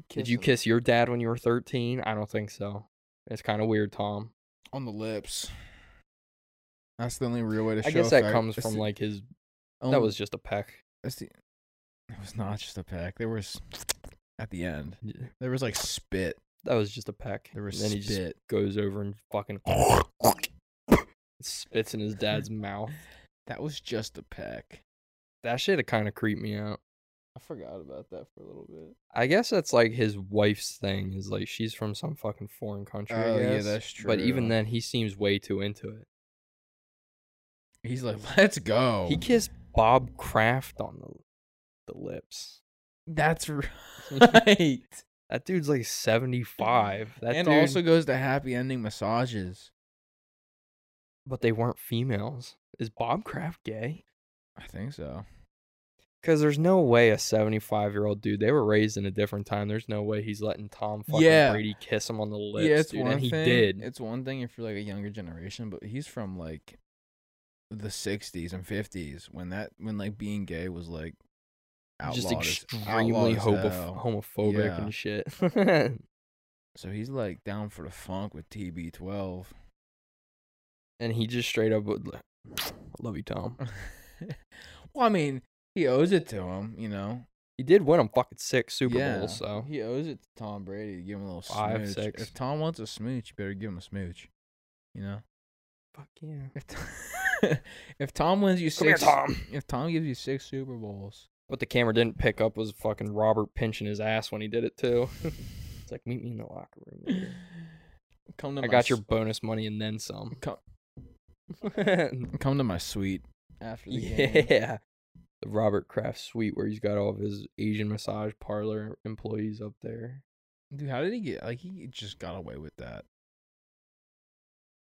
S1: Did you kiss your dad when you were 13? I don't think so. It's kind of weird, Tom.
S2: on the lips? That's the only real way to show.
S1: I um guess that
S2: affect.
S1: comes
S2: That's
S1: from
S2: the
S1: like his.
S2: only-
S1: That was just a peck.
S2: Um, That's the. It was not just a peck. There was at the end. There was like spit.
S1: That was just a peck.
S2: There was
S1: and then he just
S2: spit.
S1: goes over and fucking spits in his dad's mouth.
S2: That was just a peck.
S1: That shit kind of creeped me out.
S2: I forgot about that for a little bit.
S1: I guess that's like his wife's thing. Is like she's from some fucking foreign country. I
S2: Oh, yeah,
S1: guess.
S2: that's
S1: But even
S2: true.
S1: then, he seems way too into it.
S2: He's like, let's go.
S1: He kissed Bob Kraft on the the
S2: *laughs*
S1: lips.
S2: That's right.
S1: That dude's like seventy five. That
S2: and
S1: dude,
S2: also goes to happy ending massages.
S1: but they weren't females. Is Bob Kraft gay?
S2: I think so.
S1: Because there's no way a 75 year old dude, they were raised in a different time. There's no way he's letting Tom fucking
S2: Yeah.
S1: Brady kiss him on the lips,
S2: yeah, it's
S1: dude.
S2: one
S1: and he
S2: thing.
S1: did.
S2: It's one thing if you're like a younger generation, but he's from like the '60s and '50s when that when like being gay was like outlawed
S1: just
S2: as-
S1: extremely
S2: outlawed as
S1: homo-
S2: hell.
S1: homophobic
S2: Yeah.
S1: and shit. *laughs*
S2: So he's like down for the funk with TB12.
S1: and he just straight up would, like, love you, Tom.
S2: *laughs* well, I mean, he owes it to him, you know.
S1: He did win him fucking six Super
S2: Yeah,
S1: Bowls, so.
S2: he owes it to Tom Brady to give him a little
S1: Oh. Five,
S2: smooch.
S1: six. *laughs*
S2: If Tom wants a smooch, you better give him a smooch. You know,
S1: Fuck yeah.
S2: If, Tom, *laughs* if Tom wins you
S1: Come here,
S2: six,
S1: Tom.
S2: if Tom gives you six Super
S1: *laughs*
S2: Bowls,
S1: What the camera didn't pick up was fucking Robert pinching his ass when he did it too. *laughs* it's like meet me in the locker room.
S2: *laughs*
S1: later.
S2: come to
S1: I
S2: my
S1: got your
S2: s-
S1: bonus money and then some. *laughs*
S2: come,
S1: yeah.
S2: come to my suite *laughs*
S1: *laughs*
S2: after the game.
S1: The Robert Kraft suite where he's got all of his Asian massage parlor employees up there.
S2: Dude, how did he get? Like, he just got away with that.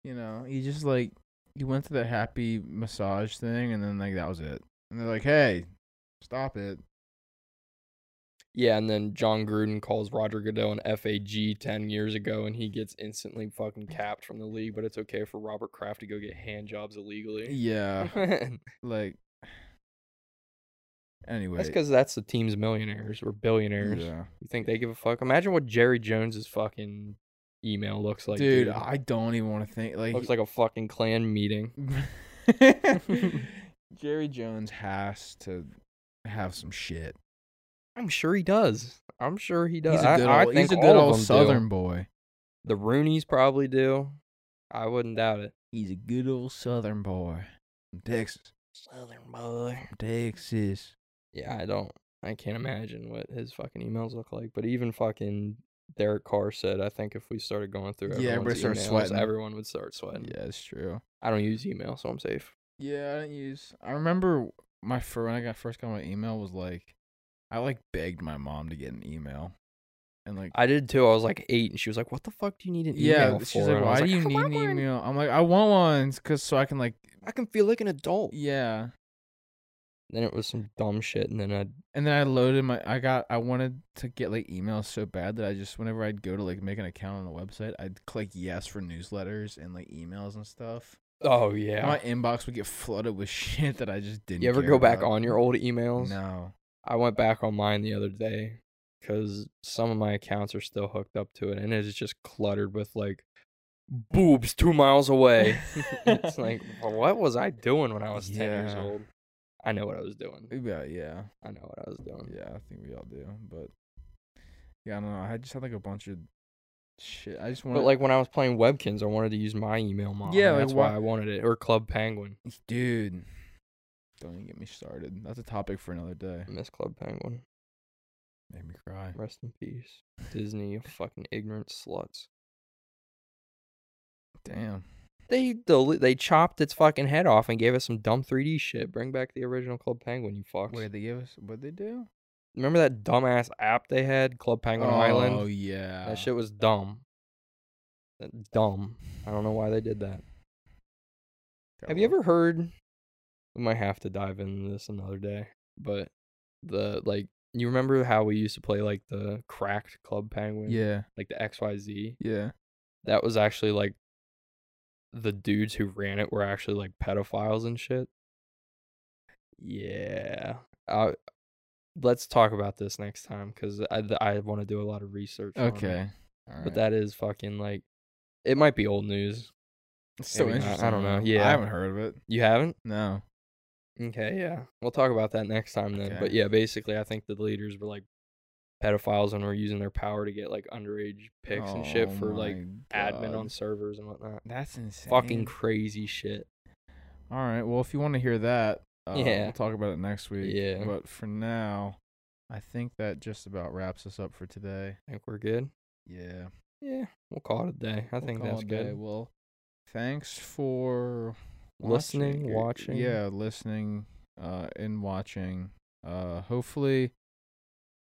S2: You know, he just like he went to the happy massage thing, and then like that was it. And they're like, "Hey, stop it."
S1: Yeah, and then John Gruden calls Roger Goodell an FAG 10 years ago and he gets instantly fucking
S2: Mm.
S1: capped from the league, but it's okay for Robert Kraft to go get hand jobs illegally.
S2: Yeah,
S1: *laughs* that's
S2: like. Anyway,
S1: because that's the team's millionaires or billionaires.
S2: yeah.
S1: You think they give a fuck? Imagine what Jerry Jones's fucking email looks like.
S2: dude, I don't even want to think. Like,
S1: looks like a fucking clan meeting.
S2: *laughs* Jerry Jones has to have some shit.
S1: I'm sure he does. I'm sure he does.
S2: He's a good
S1: I,
S2: old,
S1: I think
S2: he's a good
S1: all
S2: old
S1: of them
S2: Southern
S1: Do.
S2: boy.
S1: The Roonies probably do. I wouldn't doubt it.
S2: He's a good old Southern boy. From Texas.
S1: Southern boy.
S2: From Texas.
S1: Yeah, I don't. I can't imagine what his fucking emails look like. But even fucking Derek Carr said, I think if we started going through,
S2: Yeah, everybody
S1: everyone's
S2: starts
S1: emails,
S2: sweating.
S1: Everyone would start sweating.
S2: Yeah, it's true.
S1: I don't use email, so I'm safe.
S2: Yeah, I don't use. I remember my fir- when I got first got my email was like, I like begged my mom to get an email, and like,
S1: I did too. I was like eight, and she was like, "What the fuck do you need an
S2: yeah,
S1: email for?"
S2: she's like,
S1: And I
S2: why
S1: was
S2: do you
S1: "I
S2: need
S1: want
S2: an
S1: one.
S2: email? I'm like, I want one, cause so I can like,
S1: I can feel like an adult.
S2: yeah.
S1: Then it was some dumb shit, and then I
S2: And then I loaded my. I got. I wanted to get like emails so bad that I just whenever I'd go to like make an account on a website, I'd click yes for newsletters and like emails and stuff.
S1: oh
S2: And
S1: yeah.
S2: My inbox would get flooded with *laughs* shit that I just didn't.
S1: you ever
S2: care
S1: go back
S2: about.
S1: on your old emails?
S2: No.
S1: I went back on mine the other day because some of my accounts are still hooked up to it, and it is just cluttered with like boobs two miles away. *laughs*
S2: *laughs*
S1: it's like, "Well, what was I doing when I was ten years
S2: Yeah.
S1: old? I know what I was doing.
S2: Yeah, uh, yeah,
S1: I know what I was doing.
S2: yeah. I think we all do, but yeah, I don't know. I just had like a bunch of shit. I just wanted.
S1: But like when I was playing Webkins, I wanted to use my email model.
S2: Yeah,
S1: and
S2: like,
S1: that's why
S2: why-
S1: I wanted it or Club Penguin.
S2: dude, don't even get me started. That's a topic for another day.
S1: I miss Club Penguin.
S2: Made me cry.
S1: Rest in peace. Disney, you fucking ignorant sluts.
S2: Damn.
S1: They del- they chopped its fucking head off and gave us some dumb 3D shit. Bring back the original Club Penguin, you fucks.
S2: Wait, they gave us what they do?
S1: Remember that dumbass app they had, Club Penguin
S2: Oh
S1: Island?
S2: yeah.
S1: That shit was dumb. That- Dumb. I don't know why they did that. Have you ever heard? We might have to dive into this another day, but the like you remember how we used to play like the cracked Club Penguin,
S2: Yeah.
S1: like the XYZ.
S2: Yeah.
S1: That was actually like the dudes who ran it were actually like pedophiles and shit. Yeah, I, let's talk about this next time because I th- I want to do a lot of research. on it.
S2: Okay.
S1: but that is fucking like it might be old news.
S2: it's so
S1: maybe not. I
S2: interesting.
S1: don't know.
S2: though. I
S1: Yeah.
S2: haven't heard of it.
S1: You haven't?
S2: No.
S1: Okay, yeah. We'll talk about that next time then. But
S2: Okay.
S1: yeah, basically I think the leaders were like pedophiles and were using their power to get like underage pics and shit
S2: Oh
S1: for like
S2: my
S1: admin on
S2: God.
S1: servers and whatnot.
S2: That's insane.
S1: Fucking crazy shit.
S2: All right. Well, if you want to hear that, uh,
S1: Yeah.
S2: we'll talk about it next week.
S1: Yeah.
S2: But for now, I think that just about wraps us up for today.
S1: I think we're good.
S2: Yeah.
S1: Yeah, we'll call it a day. I
S2: we'll
S1: think
S2: call
S1: that's
S2: it a day.
S1: good.
S2: Well, thanks for
S1: Listening,
S2: watching-
S1: watching.
S2: Yeah, listening uh, and watching. Uh, hopefully,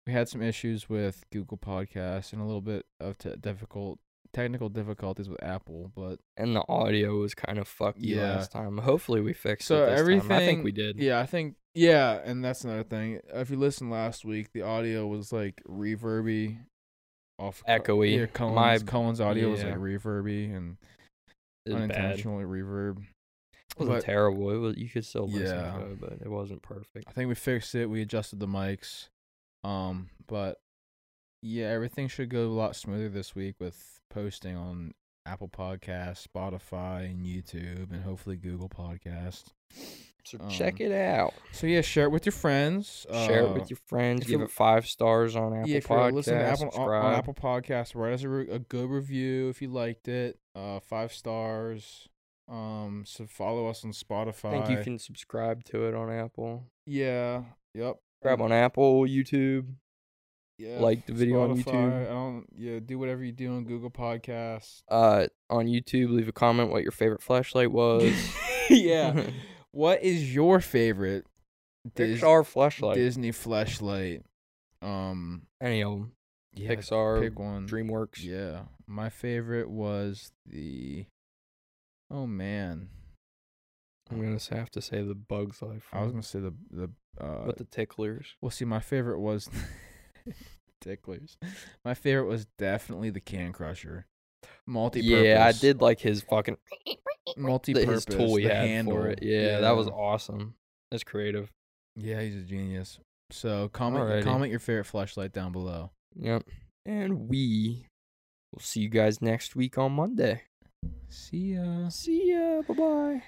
S2: we had some issues with Google Podcasts and a little bit of te- difficult technical difficulties with Apple, but
S1: And the audio was kind of fucky
S2: Yeah.
S1: last time. Hopefully we fixed
S2: so
S1: it this
S2: everything.
S1: time. I think we did.
S2: Yeah, I think. Yeah, and that's another thing. If you listened last week, the audio was like reverby, off
S1: Echoey.
S2: Yeah, Cullen's,
S1: My-
S2: Cullen's audio was
S1: yeah.
S2: like reverby and
S1: It was bad. It
S2: unintentionally reverb.
S1: wasn't
S2: but-
S1: terrible. It was you could still listen
S2: Yeah.
S1: to it, but it wasn't perfect.
S2: I think we fixed it. We adjusted the mics. Um, but yeah, everything should go a lot smoother this week with posting on Apple Podcasts, Spotify, and YouTube, and hopefully Google Podcasts.
S1: So
S2: Um,
S1: check it out.
S2: So yeah, share it with your friends.
S1: Share it
S2: Uh,
S1: with your friends.
S2: if
S1: Give
S2: you're-
S1: it five stars on Apple
S2: yeah, if you're
S1: Podcasts.
S2: listening to Apple on- on
S1: subscribe.
S2: Apple Podcasts, write us a, re- a good review if you liked it. Uh, five stars. Um, so follow us on Spotify.
S1: I think you can subscribe to it on Apple.
S2: Yeah. Yep.
S1: Subscribe on Apple, YouTube.
S2: Yeah.
S1: like the video on
S2: Spotify,
S1: YouTube.
S2: I don't. Yeah. Do whatever you do on
S1: *laughs*
S2: Google Podcasts.
S1: Uh, on YouTube, leave a comment what your favorite flashlight was.
S2: *laughs*
S1: *laughs*
S2: yeah. *laughs* what is your favorite Dis-
S1: Pixar flashlight.
S2: Disney flashlight? Um.
S1: Any of them.
S2: Yeah.
S1: Pixar,
S2: Pick one.
S1: DreamWorks.
S2: mm, Yeah, my favorite was the. Oh man,
S1: I'm gonna s- have to say the Bugs Life.
S2: I was
S1: one,
S2: gonna say the the. Uh,
S1: but the Ticklers.
S2: well, see, my favorite was *laughs* ticklers. My favorite was definitely the Can Crusher. Multi.
S1: Yeah, I did like his fucking
S2: Multi
S1: the, his
S2: purpose.
S1: tool he
S2: the
S1: had
S2: handle.
S1: for it. Yeah, that was awesome. That's creative.
S2: Yeah, he's a genius. So comment
S1: Alrighty.
S2: comment your favorite flashlight down below.
S1: Yep. And we will see you guys next week on Monday.
S2: See ya.
S1: See ya. Bye bye.